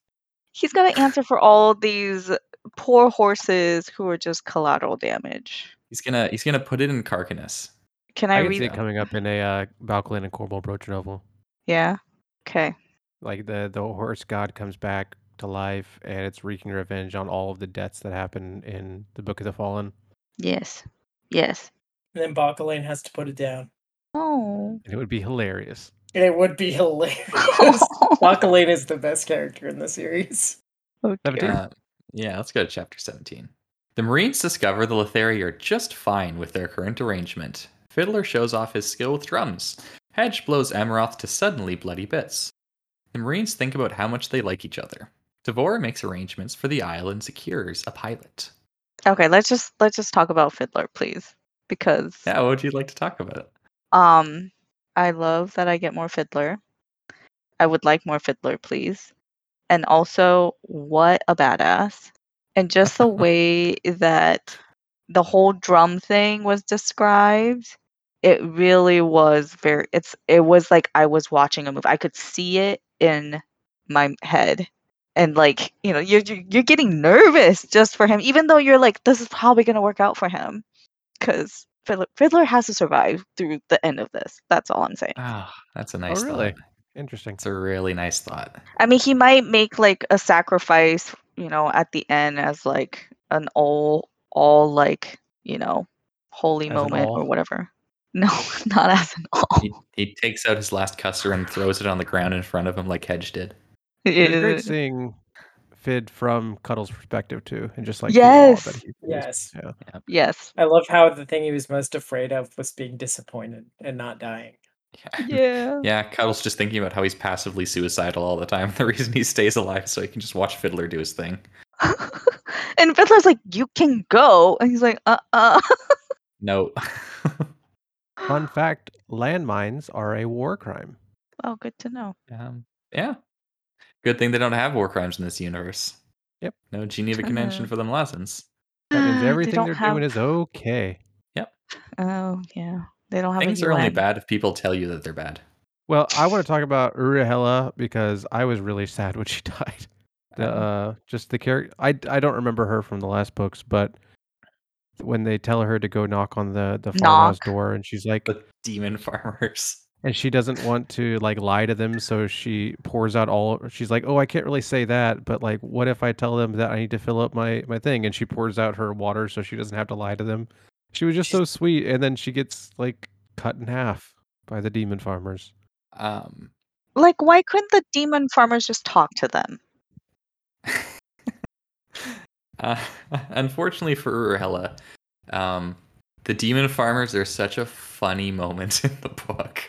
He's got to answer for all these poor horses who are just collateral damage. He's gonna he's gonna put it in Carcanus. Can I, I can read? see it coming up in a uh, Balkalin and Corval Broach novel. Yeah. Okay. Like the the horse god comes back to life, and it's wreaking revenge on all of the deaths that happen in the Book of the Fallen. Yes. Yes. And then Bacalane has to put it down. Oh. And it would be hilarious. And it would be hilarious. Bacalane is the best character in the series. Okay. Yeah. Uh, yeah, let's go to chapter 17. The Marines discover the Letheri are just fine with their current arrangement. Fiddler shows off his skill with drums. Hedge blows Amaroth to suddenly bloody bits. The Marines think about how much they like each other. Devora makes arrangements for the isle and secures a pilot. Okay, let's just let's just talk about Fiddler, please, because Yeah, what would you like to talk about? um I love that I get more Fiddler. I would like more Fiddler, please. And also, what a badass. And just the way that the whole drum thing was described, it really was very it's it was like I was watching a movie. I could see it in my head. And like, you know, you're you're you're getting nervous just for him, even though you're like, this is probably gonna work out for him. Cause Fiddler, Fiddler has to survive through the end of this. That's all I'm saying. Ah, that's a nice really? thought. Interesting. That's a really nice thought. I mean, he might make like a sacrifice, you know, at the end as like an all, all like, you know, holy As an moment or all? whatever. No, not as an all. He, he takes out his last custer and throws it on the ground in front of him like Hedge did. It was great Yeah. seeing Fid from Cuddle's perspective too, and just like the wall Yes. that he faced. Yes. Yeah. yes. I love how the thing he was most afraid of was being disappointed and not dying. Yeah. Yeah, Cuddle's just thinking about how he's passively suicidal all the time. The reason he stays alive is so he can just watch Fiddler do his thing. and Fiddler's like, you can go. And he's like, uh uh No. Fun fact: landmines are a war crime. Oh, good to know. um, yeah. Good thing they don't have war crimes in this universe. Yep. No Geneva True. Convention for the Malazans. That means Ah, They everything don't they're have- doing is okay. Oh yeah, they don't have. Things a are only UN. bad if people tell you that they're bad. Well, I want to talk about Urahela because I was really sad when she died. The uh, just the character. I I don't remember her from the last books, but when they tell her to go knock on the the farmhouse Knock. door, and she's like, The demon farmers. and she doesn't want to like lie to them, so she pours out all. She's like, oh, I can't really say that, but like, what if I tell them that I need to fill up my my thing? And she pours out her water so she doesn't have to lie to them. She was just so sweet, and then she gets like cut in half by the demon farmers. Um, Like, why couldn't the demon farmers just talk to them? uh, unfortunately for Urhela, um, the demon farmers are such a funny moment in the book.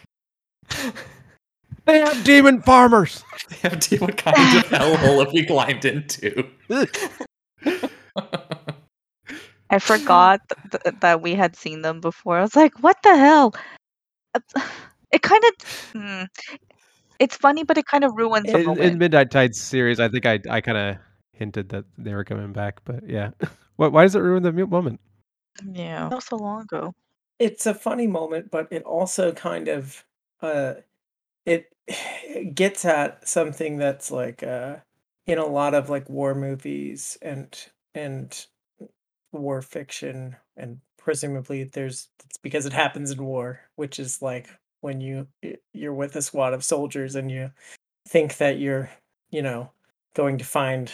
They have demon farmers. They have to what kind of hellhole have we climbed into? Mm-hmm. I forgot th- th- that we had seen them before. I was like, what the hell? Uh, It kind of. Mm, it's funny, but it kind of ruins the In, moment. in Midnight Tide series, I think I I kind of hinted that they were coming back, but yeah. Why, why does it ruin the mu- moment? yeah, not so long ago. it's a funny moment, but it also kind of uh it gets at something that's like uh in a lot of like war movies and and war fiction and presumably there's it's because it happens in war, which is like when you y- you're with a squad of soldiers and you think that you're, you know, going to find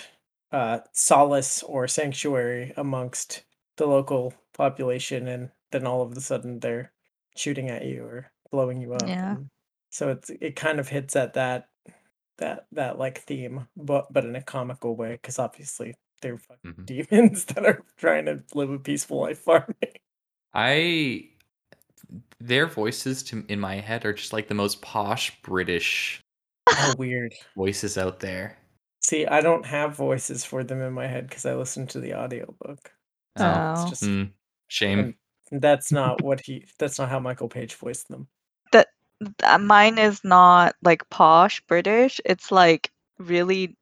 uh solace or sanctuary amongst the local population and then all of a sudden they're shooting at you or blowing you up Yeah. and so it's it kind of hits at that that that like theme but but in a comical way because obviously they're fucking Mhm. demons that are trying to live a peaceful life farming I their voices to in my head are just like the most posh British Oh, how weird voices out there. see i don't have voices for them in my head because i listen to the audiobook Oh, it's Oh. just mm, shame. that's not what he that's not how michael page voiced them Uh, Mine is not like posh British. It's like really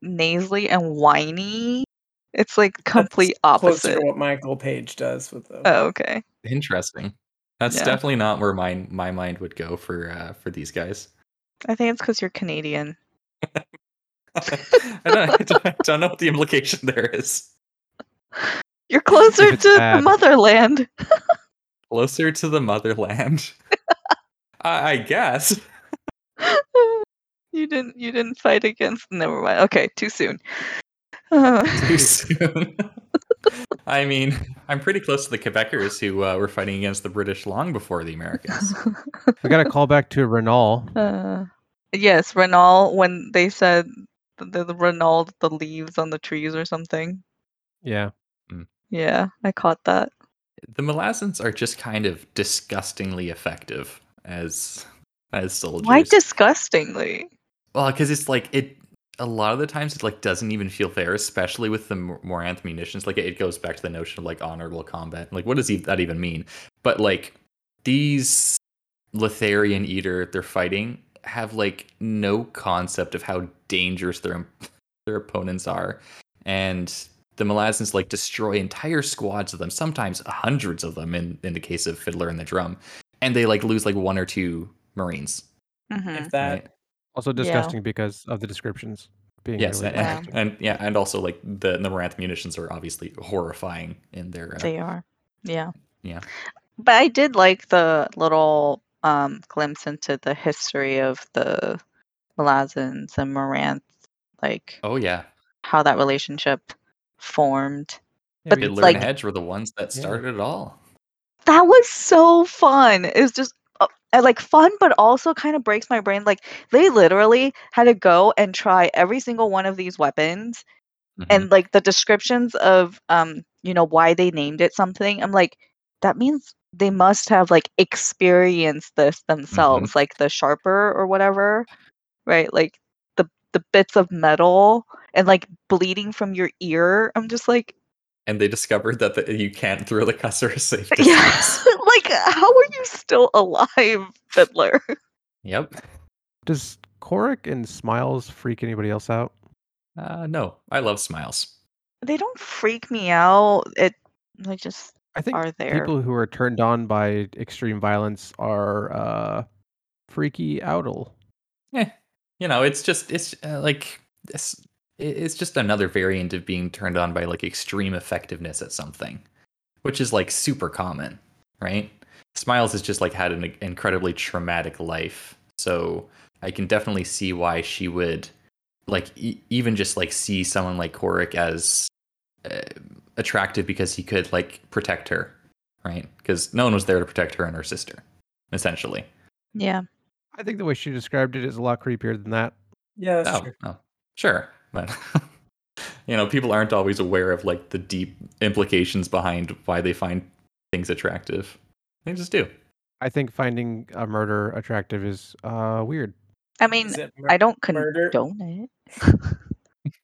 nasally and whiny. It's like complete That's closer opposite. to what michael page does with them Oh, okay. Interesting. That's Yeah. definitely not where my my mind would go for uh, for these guys. I think it's because you're Canadian. I, don't, I, don't, I don't know what the implication there is. You're closer it's to the bad. motherland. Closer to the motherland, I, I guess. you didn't. You didn't fight against. Never mind. Okay, too soon. Uh, Too soon. I mean, I'm pretty close to the Quebecers who uh, were fighting against the British long before the Americans. We got a call back to Renal. uh, yes, Renault. When they said the, the Renault, the leaves on the trees or something. Yeah, Yeah, I caught that. the Molassins are just kind of disgustingly effective as as soldiers. Why disgustingly? Well, because it's like it. A lot of the times, it like doesn't even feel fair, especially with the Mor- Moranth munitions. Like it goes back to the notion of like honorable combat. Like what does e- that even mean? But like these Lotharian eater they're fighting have like no concept of how dangerous their their opponents are, and the Malazans like destroy entire squads of them, sometimes hundreds of them in in the case of Fiddler and the Drum, and they like lose like one or two Marines. Mhm. if that right? also disgusting because of the descriptions being Yes, really and, and- disgusting. and yeah, and also like the the Maranth munitions are obviously horrifying in their. Uh, They are. Yeah. Yeah. But I did like the little um, glimpse into the history of the Malazans and Moranth, like oh yeah, how that relationship formed. Yeah, but we- it's Fiddler like- and Hedge were the ones that Yeah. started it all. That was so fun. It was just uh, uh, like fun, but also kind of breaks my brain. Like they literally had to go and try every single one of these weapons Mm-hmm. and like the descriptions of um you know why they named it something i'm like that means they must have like experienced this themselves like the sharper or whatever right like the the bits of metal and like bleeding from your ear i'm just like and they discovered that the, you can't throw the cuss or safe. yeah distance. like how are you still alive fiddler Yep. Does Korik and Smiles freak anybody else out? Uh, no, I love smiles. they don't freak me out. It they just I think are there. people who are turned on by extreme violence are uh, freaky outle. you know it's just it's uh, like this it- it's just another variant of being turned on by like extreme effectiveness at something which is like super common right smiles has just like had an incredibly traumatic life so i can definitely see why she would like e- even just like see someone like Korik as uh, attractive because he could like protect her right because no one was there to protect her and her sister essentially Yeah. I think the way she described it is a lot creepier than that. Yeah, that's oh, true. oh, sure. But you know, people aren't always aware of like the deep implications behind why they find things attractive. They just do. I think finding a murder attractive is uh, weird. I mean, Is it mur- I don't murder? condone it.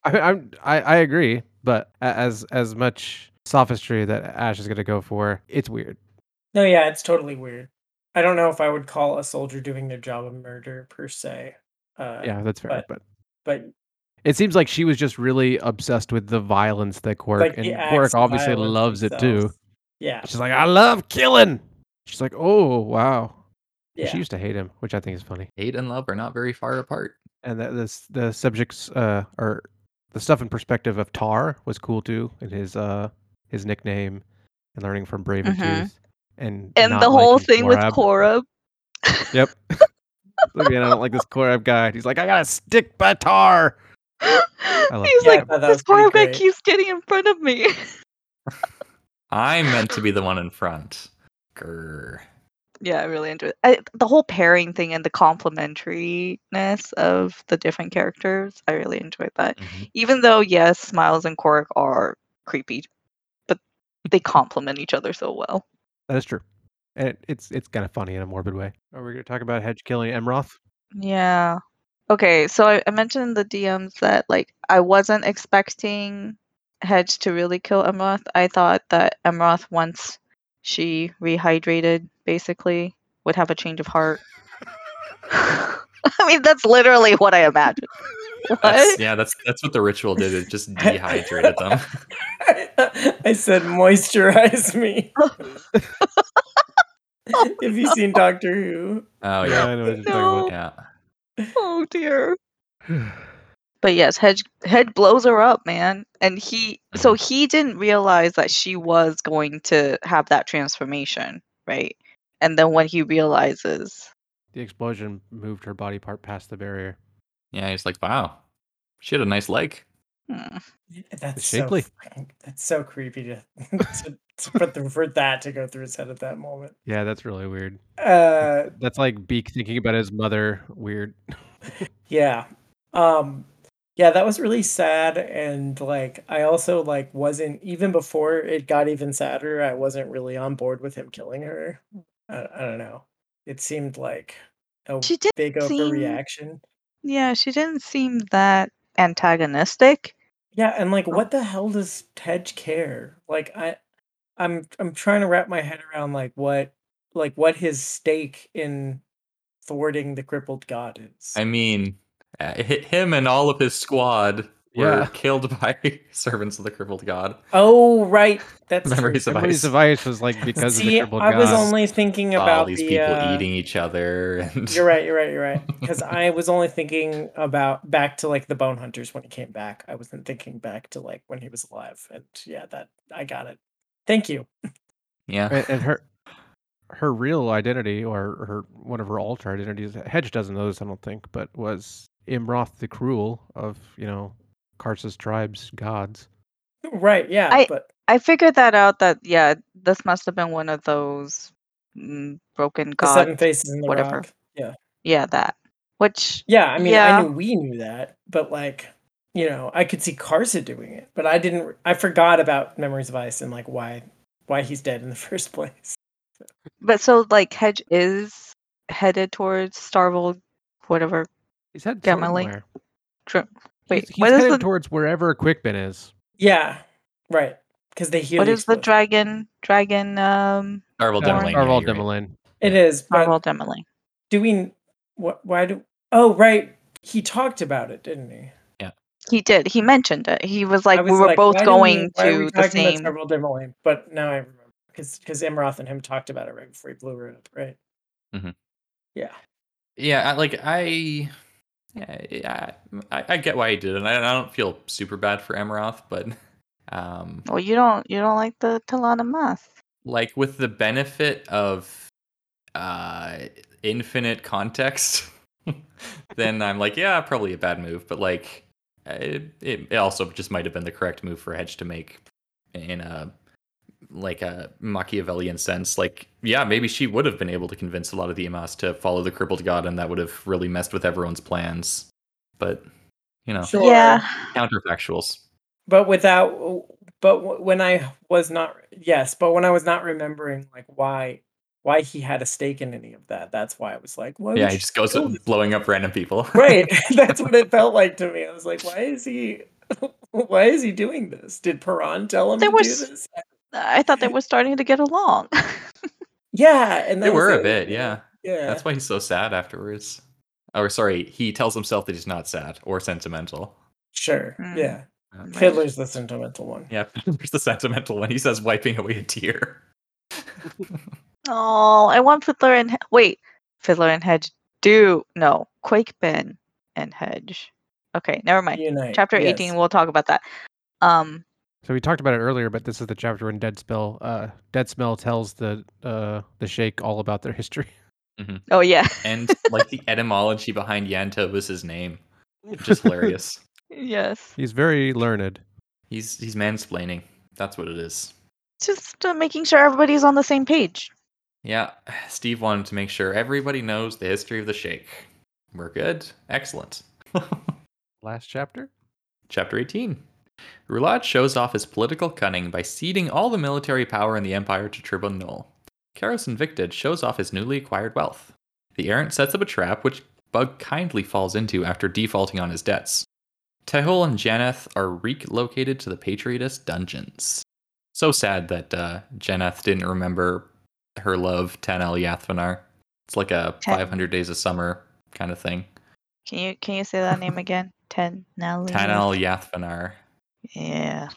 I, I'm I, I agree, but a- as as much sophistry that Ash is gonna go for, it's weird. No, yeah, it's totally weird. I don't know if I would call a soldier doing their job a murder per se. Uh, Yeah, that's fair. But, but it seems like she was just really obsessed with the violence that Quirk like and the Quirk acts of obviously violence loves it too. themselves. Yeah, She's like, I love killing. She's like, oh wow. yeah. She used to hate him, which I think is funny. Hate and love are not very far apart. and that this the subjects uh or the stuff in perspective of Tar was cool too, and his uh his nickname and learning from Brave and Mhm. Tooth and And not the whole liking thing with Korab. Korra. Yep. Look, man, I don't like this Korab guy. He's like, I gotta stick by Tar. love- He's Yeah, I like, thought that this was pretty Korra guy great." keeps getting in front of me. I'm meant to be the one in front. Grr. yeah, I really enjoyed it. I, the whole pairing thing and the complementariness of the different characters. I really enjoyed that. Mhm. Even though, yes, Smiles and Korg are creepy, but they complement each other so well. That is true. And it, it's it's kind of funny in a morbid way. Are we gonna talk about hedge killing Emroth? Yeah. Okay, so I, I mentioned in the DMs that like I wasn't expecting Hedge to really kill Emroth. I thought that Emroth once she rehydrated basically would have a change of heart. I mean that's literally what I imagined. That's, What? yeah, that's that's what the ritual did. It just dehydrated them. I said, moisturize me. Have you seen Doctor Who? Oh yeah, I know what you're No. talking yeah. Oh dear. about. But yes, Hedge Hedge blows her up, man. And he so he didn't realize that she was going to have that transformation, right? And then when he realizes the explosion moved her body part past the barrier. Yeah, he's like, wow, she had a nice leg. hmm, That's shapely. so fucking- that's so creepy to, to, to for, the, for that to go through his head at that moment. Yeah, that's really weird. Uh, That's like Beak thinking about his mother. Weird. Yeah. Um yeah, that was really sad and like I also like wasn't even before it got even sadder, I wasn't really on board with him killing her. I, I don't know. It seemed like a she did big seem- overreaction. Yeah, she didn't seem that antagonistic. Yeah, and like what the hell does Tej care? Like I I'm I'm trying to wrap my head around like what like what his stake in thwarting the crippled god is. I mean, uh, hi- him and all of his squad were Yeah. killed by servants of the crippled god. oh right, that's true. Memories of Memories Ice. of Ice was like because of the See, crippled I was gods. only thinking Saw about all these the, people uh, eating each other and You're right. You're right. You're right. Because I was only thinking about back to like the Bone Hunters when he came back. I wasn't thinking back to like when he was alive. And yeah, that I got it. Thank you. yeah and, and her her real identity or her one of her alter identities hedge doesn't know this i don't think but was imroth the cruel of you know karsa's tribes gods Right. Yeah. I- but I figured that out that yeah, this must have been one of those mm, broken the god. seven faces in the whatever. rock. Yeah. Yeah, that. Which Yeah. I mean, Yeah. I knew we knew that, but like, you know, I could see Carsa doing it, but I didn't. I forgot about Memories of Ice and like why why he's dead in the first place. but so like Hedge is headed towards Starvold whatever. he's headed Yeah, toward my link- where? Dr- Wait, he's, he's what is headed the towards wherever quickbin is Yeah. Right. Because they hear what is the explosion. dragon dragon um Darvel Yeah, Demerling. yeah, Demerling, Arval you're right. Demerlin. It is. but- Marvel Demerling? do we what why do oh right he talked about it didn't he He did. He mentioned it. He was I like, we was were like, both why do we- going why are we to the talking about same. Several different ones? but now I remember because Imroth and him talked about it right before he blew her up, right? Mhm. Yeah, yeah I, like i yeah, I, I get why he did it. and I, I don't feel super bad for Emeroth, but um, Well, you don't. You don't like the Talana Moth. like with the benefit of uh infinite context then i'm like yeah probably a bad move but like it, it also just might have been the correct move for hedge to make in a like a machiavellian sense like yeah maybe she would have been able to convince a lot of the imas to follow the crippled god and that would have really messed with everyone's plans but you know sure. Yeah. counterfactuals but without but w- when i was not yes but when i was not remembering like why why he had a stake in any of that that's why i was like why yeah would he you- just goes Oh. blowing up random people right that's what it felt like to me i was like why is he why is he doing this did Perron tell him There to do was- this I thought they were starting to get along. yeah and they that was were a it, bit yeah yeah That's why he's so sad afterwards. Or sorry, he tells himself that he's not sad or sentimental. sure Mm. yeah Right. fiddler's the sentimental one Yeah, there's the sentimental one. He says wiping away a tear. Oh, I want Fiddler and He- wait, Fiddler and Hedge do no Quake Bin and Hedge. Okay, never mind. Unite, Chapter yes. eighteen, we'll talk about that. Um, So we talked about it earlier, but this is the chapter when Dead Spell, uh, Dead Smell tells the uh, the Shake all about their history. oh yeah, and like the etymology behind Yanta was his name. Which is hilarious. yes, He's very learned. he's he's mansplaining. That's what it is. just uh, making sure everybody's on the same page. Yeah, Steve wanted to make sure everybody knows the history of the shake. We're good. Excellent. Last chapter. Chapter 18. Roulade shows off his political cunning by ceding all the military power in the Empire to Tribune Null. Karos Invicted shows off his newly acquired wealth. The errant sets up a trap which Bug kindly falls into after defaulting on his debts. Tehul and Janeth are relocated to the Patriotist dungeons. So sad that uh, Janeth didn't remember her love, Tanel Yathvanar. It's like a Ten- 500 Days of Summer kind of thing. Can you can you say that name again? Ten Nelly. Tanel Yathvanar. Yeah.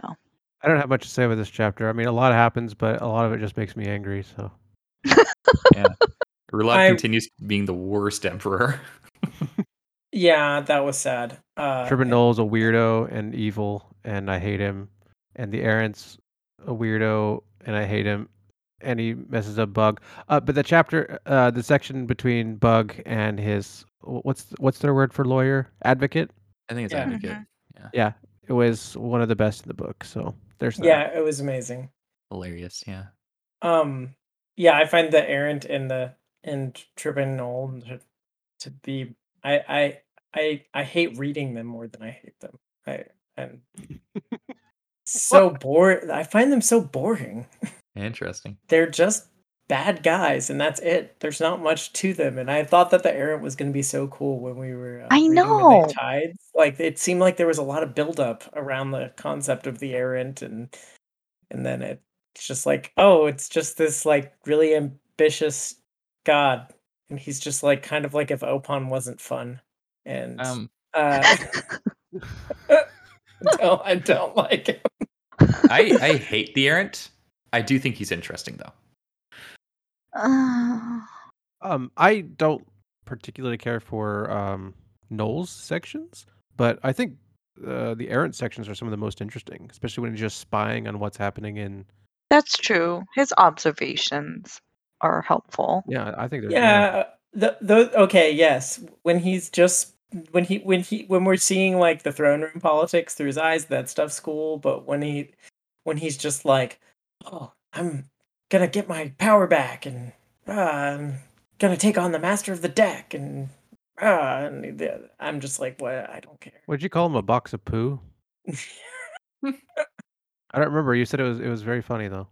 No. I don't have much to say about this chapter. I mean, a lot happens, but a lot of it just makes me angry. So Roulette I- continues being the worst emperor. yeah that was sad uh Tribune Knoll is a weirdo and evil, and I hate him. And the Errant's a weirdo, and I hate him. And he messes up Bug. Uh, but the chapter, uh, the section between Bug and his wh- what's what's their word for lawyer advocate? I think it's Yeah. advocate. It was one of the best in the book. So there's that. yeah it was amazing Hilarious, yeah. Um, yeah, I find the errant and the and tribunal to, to be. I I I I hate reading them more than I hate them. I I'm so bored. I find them so boring. Interesting. They're just bad guys, and that's it. There's not much to them. And I thought that the errant was going to be so cool when we were. Uh, I reading the know. Night tides. Like it seemed like there was a lot of buildup around the concept of the errant, and and then it it's just like oh it's just this like really ambitious god and he's just like kind of like if opon wasn't fun and Um, uh no, i don't like him I, I hate the errant. I do think he's interesting though. Uh, Um, I don't particularly care for um Knowles sections, but I think uh, the errant sections are some of the most interesting, especially when you're just spying on what's happening in. that's true. His observations are helpful. Yeah, I think they're yeah the, the okay yes when he's just when he when he when we're seeing like the throne room politics through his eyes that stuff's cool but when he when he's just like oh i'm gonna get my power back and uh, i'm gonna take on the master of the deck and uh, and the- i'm just like what i don't care What'd you call him? A box of poo? I don't remember. You said it was it was very funny though.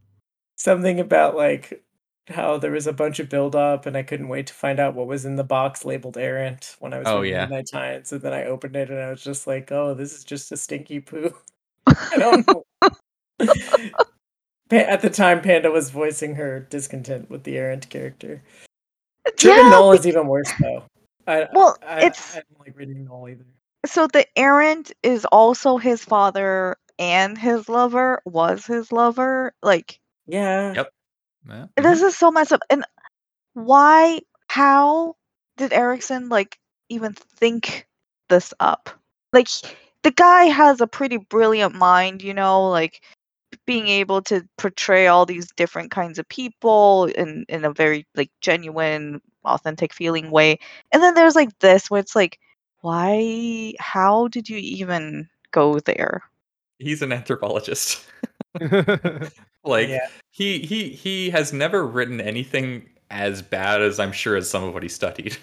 something about like how there was a bunch of build up and I couldn't wait to find out what was in the box labeled errant when I was Oh, reading yeah. Midnight Times and then I opened it and I was just like, oh, this is just a stinky poo. I don't know. Pa- At the time, Panda was voicing her discontent with the errant character. Trippin' Yeah, Noel be- is even worse though. I, Well, I, it's- I don't like reading Noel either. so the errant is also his father and his lover was his lover. Like Yeah. Yep. Yeah. this is so messed up. And why? How did Erickson like even think this up? Like the guy has a pretty brilliant mind, you know, like being able to portray all these different kinds of people in in a very like genuine, authentic feeling way. And then there's like this where it's like, why? How did you even go there? He's an anthropologist. yeah, like Yeah. he he he has never written anything as bad as I'm sure as some of what he studied.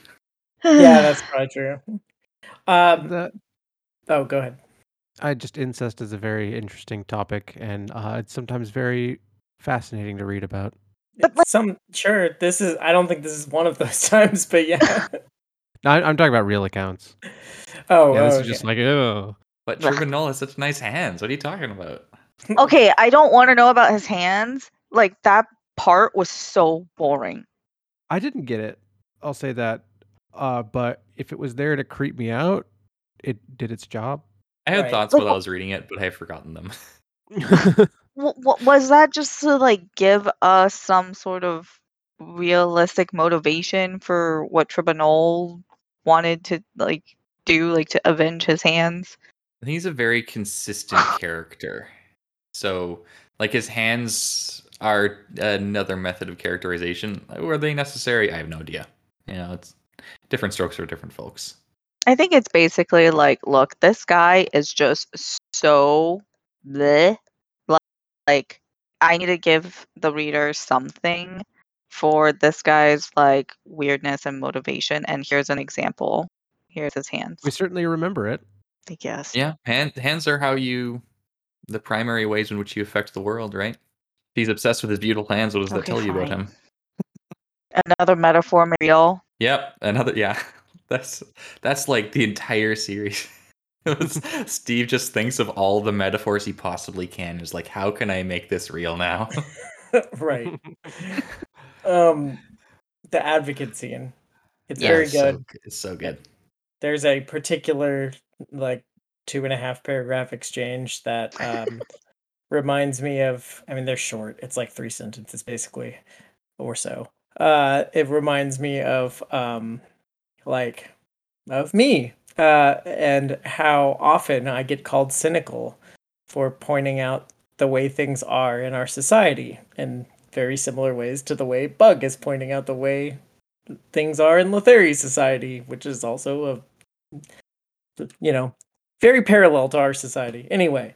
Yeah, that's probably true. Um, oh, go ahead. I just incest is a very interesting topic, and uh, it's sometimes very fascinating to read about. But, like- Some sure this is. I don't think this is one of those times, but yeah. No, I, I'm talking about real accounts. Oh, yeah, this oh, is just okay. like oh, But Ugh. Tribunal has such nice hands. What are you talking about? okay, I don't want to know about his hands. Like that part was so boring. I didn't get it. I'll say that. Uh, but if it was there to creep me out, it did its job. I had Right. thoughts Like, while I wh- was reading it, but I've forgotten them. W- w- was that just to like give us some sort of realistic motivation for what Tribunal wanted to like do, like to avenge his hands? I think he's a very consistent character. So, like his hands are another method of characterization. Were they necessary? I have no idea. You know, it's different strokes for different folks. I think it's basically like, look, this guy is just so bleh. Li- Like, I need to give the reader something for this guy's like weirdness and motivation. And here's an example. Here's his hands. we certainly remember it. I guess. Yeah, hand, hands are how you, the primary ways in which you affect the world, right? If he's obsessed with his beautiful hands. What does that Okay, tell you about fine. him? Another metaphor, Mariel. Yep, another yeah. That's that's like the entire series. It was- Steve just thinks of all the metaphors he possibly can. Is like, how can I make this real now? right. Um, the advocate scene. It's very it's good. So, g- it's so good. there's a particular like two and a half paragraph exchange that um, reminds me of i mean they're short it's like three sentences basically or so uh, it reminds me of um, like of me uh, and how often i get called cynical for pointing out the way things are in our society in very similar ways to the way bug is pointing out the way things are in Letheri society, which is also a, you know, very parallel to our society. Anyway,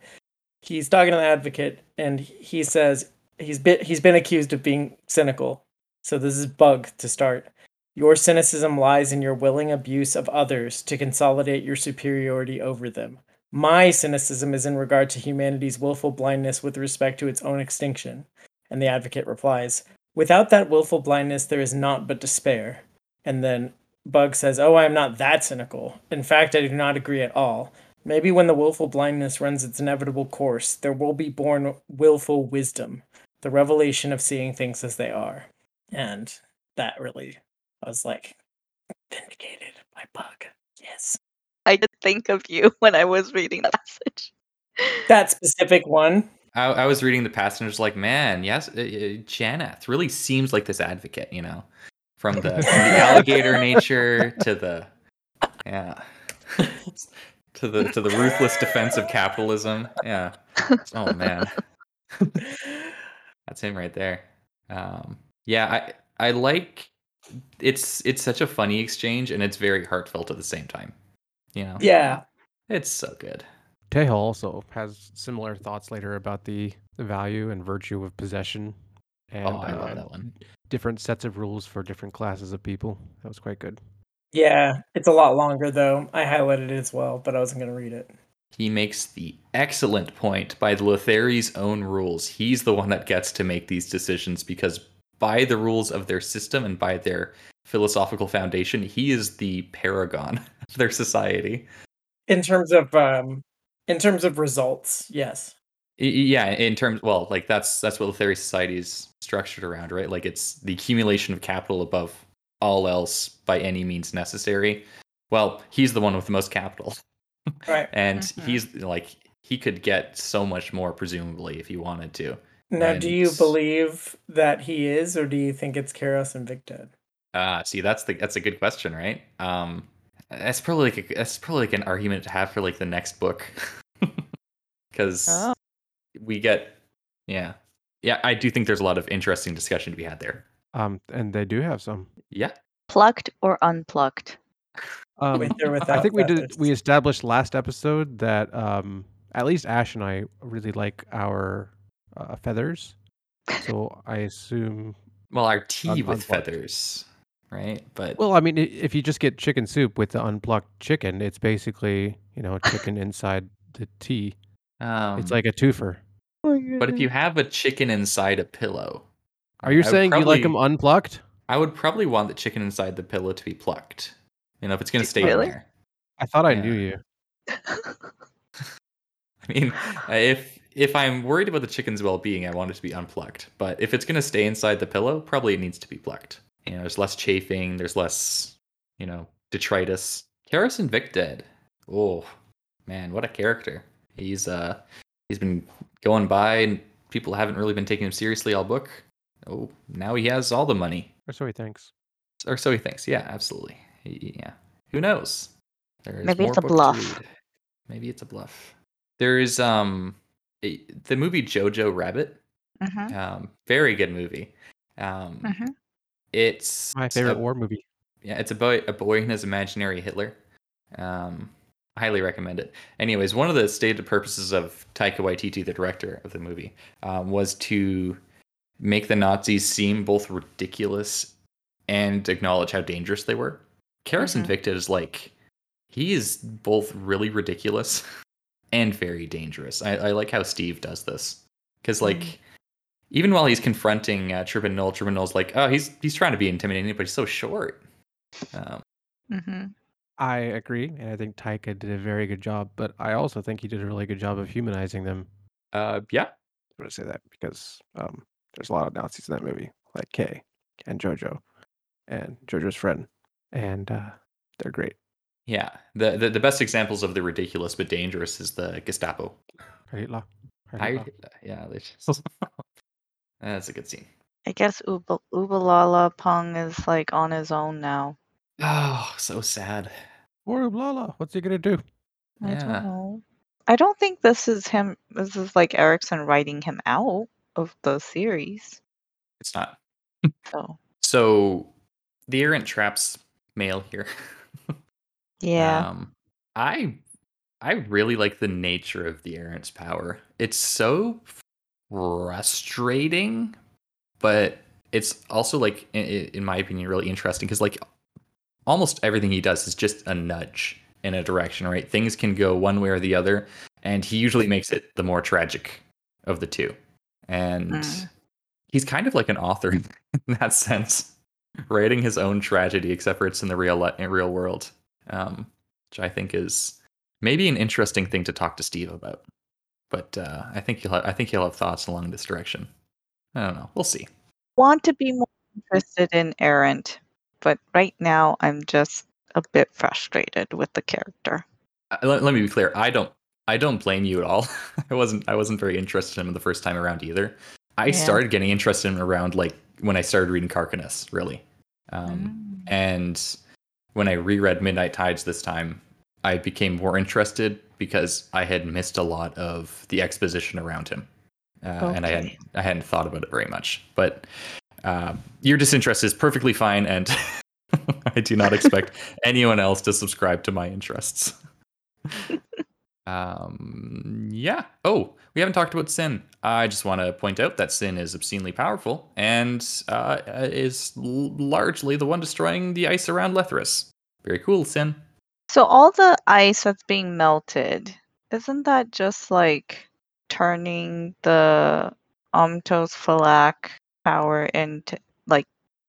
he's talking to the advocate, and he says he's been he's been accused of being cynical. So this is bug to start. Your cynicism lies in your willing abuse of others to consolidate your superiority over them. My cynicism is in regard to humanity's willful blindness with respect to its own extinction. And the advocate replies, Without that willful blindness, there is naught but despair. And then Bug says, Oh, I am not that cynical. In fact, I do not agree at all. Maybe when the willful blindness runs its inevitable course, there will be born willful wisdom, the revelation of seeing things as they are. And that really, I was like, vindicated by Bug. Yes. I did think of you when I was reading that passage. That specific one. I, I was reading the passage, and was like, man, yes, uh, uh, Janeth really seems like this advocate. You know, from the, from the alligator nature to the yeah to the to the ruthless defense of capitalism. Yeah. Oh man. That's him right there. Um, yeah, I I like it's it's such a funny exchange and it's very heartfelt at the same time. You know, Yeah. it's so good. Tejo also has similar thoughts later about the, the value and virtue of possession, and oh, I uh, love that one. different sets of rules for different classes of people. That was quite good. Yeah. It's a lot longer, though. I highlighted it as well, but I wasn't going to read it. He makes the excellent point by Lothari's own rules. He's the one that gets to make these decisions because by the rules of their system and by their philosophical foundation, he is the paragon of their society. in terms of um in terms of results yes Y- y- yeah in terms well like that's that's what the theory society is structured around right like it's the accumulation of capital above all else by any means necessary well he's the one with the most capital Right. and Mhm. he's like he could get so much more presumably if he wanted to. Now, do you And- believe that he is, or do you think it's Karos and Vic Dead? Ah, see, that's the that's a good question, right? Um, that's probably like a, that's probably like an argument to have for like the next book, because Oh. we get yeah yeah I do think there's a lot of interesting discussion to be had there. Um, and they do have some. Yeah, Plucked or unplucked? Um, With or Uh, without I think we did. feathers? We established last episode that um, at least Ash and I really like our uh, feathers. So I assume. well, our tea Un- with unplucked. feathers, right? But Well, I mean, i- if you just get chicken soup with the unplucked chicken, it's basically you know chicken inside the tea. um, it's like a twofer. but if you have a chicken inside a pillow, Are you I would saying you like them probably- unplucked? I would probably want the chicken inside the pillow to be plucked. You know, if it's gonna stay Really? in there. I thought I Yeah. knew you. I mean, uh, if if I'm worried about the chicken's well-being, I want it to be unplucked. But if it's going to stay inside the pillow, probably it needs to be plucked. You know, there's less chafing, there's less, you know, detritus. Karis and Vic dead. Oh man, what a character! He's uh, he's been going by, and people haven't really been taking him seriously all book. Oh, now he has all the money, Or so he thinks. or so he thinks. Yeah, absolutely. He- yeah, who knows? There's Maybe it's more a book to bluff. read. Maybe it's a bluff. There is um a- the movie Jojo Rabbit. Mhm, Um, very good movie. Um, mhm. It's My favorite a- war movie. Yeah, it's about a boy and his imaginary Hitler. Um, I highly recommend it. Anyways, one of the stated purposes of Taika Waititi, the director of the movie, um, was to make the Nazis seem both ridiculous and acknowledge how dangerous they were. Karis Mhm. Invicta is like he is both really ridiculous and very dangerous. I, I like how Steve does this because like Mhm. even while he's confronting uh, Tribune Null, Tribune Null's like, oh, he's he's trying to be intimidating, but he's so short. Um, Mhm. I agree, and I think Taika did a very good job, but I also think he did a really good job of humanizing them. uh, yeah, I'm going to say that because um, there's a lot of Nazis in that movie, like Kay and Jojo and Jojo's friend, and uh, they're great. yeah. The, the the best examples of the ridiculous but dangerous is the Gestapo. Heil- I, Heil- yeah, they just- that's a good scene. I guess Uba- Ubalala Pong is like on his own now. Oh, so sad. Or Lala, what's he going to do? I Yeah. don't know. I don't think this is him. This is like Erickson writing him out of the series. It's not. So So the errant traps mail here. yeah, Um, I I really like the nature of the errant's power. It's so frustrating, but it's also like, i- i- in my opinion, really interesting because like almost everything he does is just a nudge in a direction, right? Things can go one way or the other, and he usually makes it the more tragic of the two. And Mm. he's kind of like an author in that sense, writing his own tragedy, except for it's in the real li- in real world, um, which I think is maybe an interesting thing to talk to Steve about. But uh, I think he'll have, I think he'll have thoughts along this direction. I don't know. We'll see. want to be more interested in Errant, but right now I'm just a bit frustrated with the character. Uh, let, let me be clear. I don't I don't blame you at all. I wasn't I wasn't very interested in him the first time around either. I Yeah. started getting interested in him around like when I started reading Carcanus, really. Um, Mm. And when I reread Midnight Tides this time, I became more interested because I had missed a lot of the exposition around him, uh, and I Okay. hadn't I hadn't thought about it very much. But uh, your disinterest is perfectly fine, and I do not expect anyone else to subscribe to my interests. um, yeah. Oh, we haven't talked about sin. I just want to point out that sin is obscenely powerful and uh, is l- largely the one destroying the ice around Lethrus. Very cool, sin. so all the ice that's being melted, isn't that just like turning the Omtos Falak power into like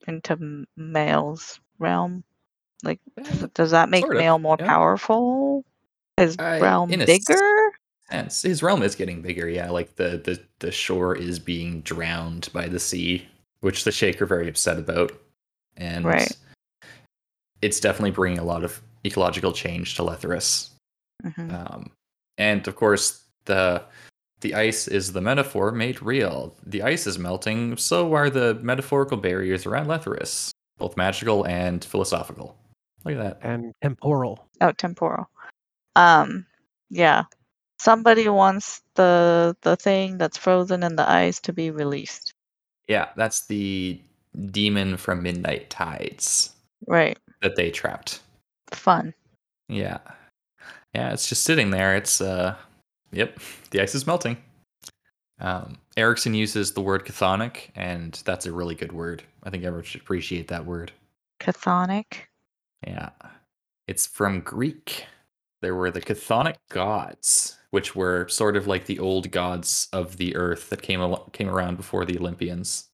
into M- Male's realm? Like, does, Eh, does that make sort of, Male more yeah. powerful? His I- realm in a s- bigger? Sense. His realm is getting bigger. Yeah, like the, the the shore is being drowned by the sea, which the Shake are very upset about, and Right. it's definitely bringing a lot of ecological change to Lethrus. Mhm. Um, and of course, the the ice is the metaphor made real. The ice is melting, so are the metaphorical barriers around Lethrus, both magical and philosophical. Look at Uh, that. and temporal. Oh, temporal. Um, yeah. Somebody wants the the thing that's frozen in the ice to be released. Yeah, that's the demon from Midnight Tides Right. that they trapped. Fun. Yeah. Yeah, it's just sitting there. It's uh yep, the ice is melting. Um Erickson uses the word chthonic and that's a really good word. I think everyone should appreciate that word. Chthonic. Yeah. It's from Greek. There were the chthonic gods, which were sort of like the old gods of the earth that came al- came around before the Olympians.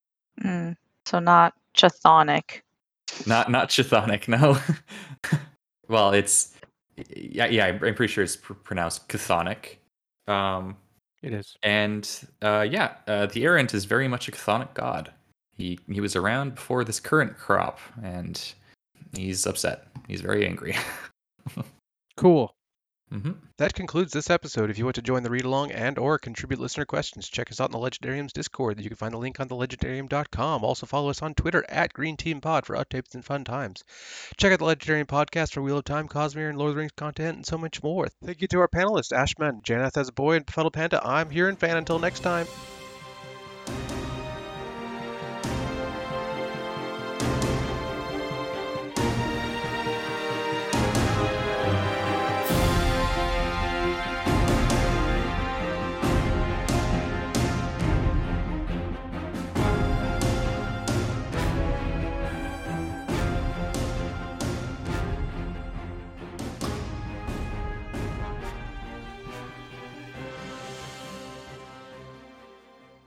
Mm. So not chthonic. Not not chthonic, no. well, it's yeah, yeah, I'm I'm pretty sure it's pr- pronounced chthonic. Um It is. And uh, yeah, uh, the Errant is very much a chthonic god. He he was around before this current crop, and he's upset. He's very angry. Cool. hmm That concludes this episode. If you want to join the read along and or contribute listener questions, check us out in the Legendarium's Discord. You can find the link on thelegendarium.com. Also follow us on Twitter at Green Team Pod for updates and fun times. Check out the Legendarium podcast for Wheel of Time, Cosmere, and Lord of the Rings content, and so much more. Thank you to our panelists, Ashman, Janath as a boy, and Funnel Panda. I'm here in fan. Until next time.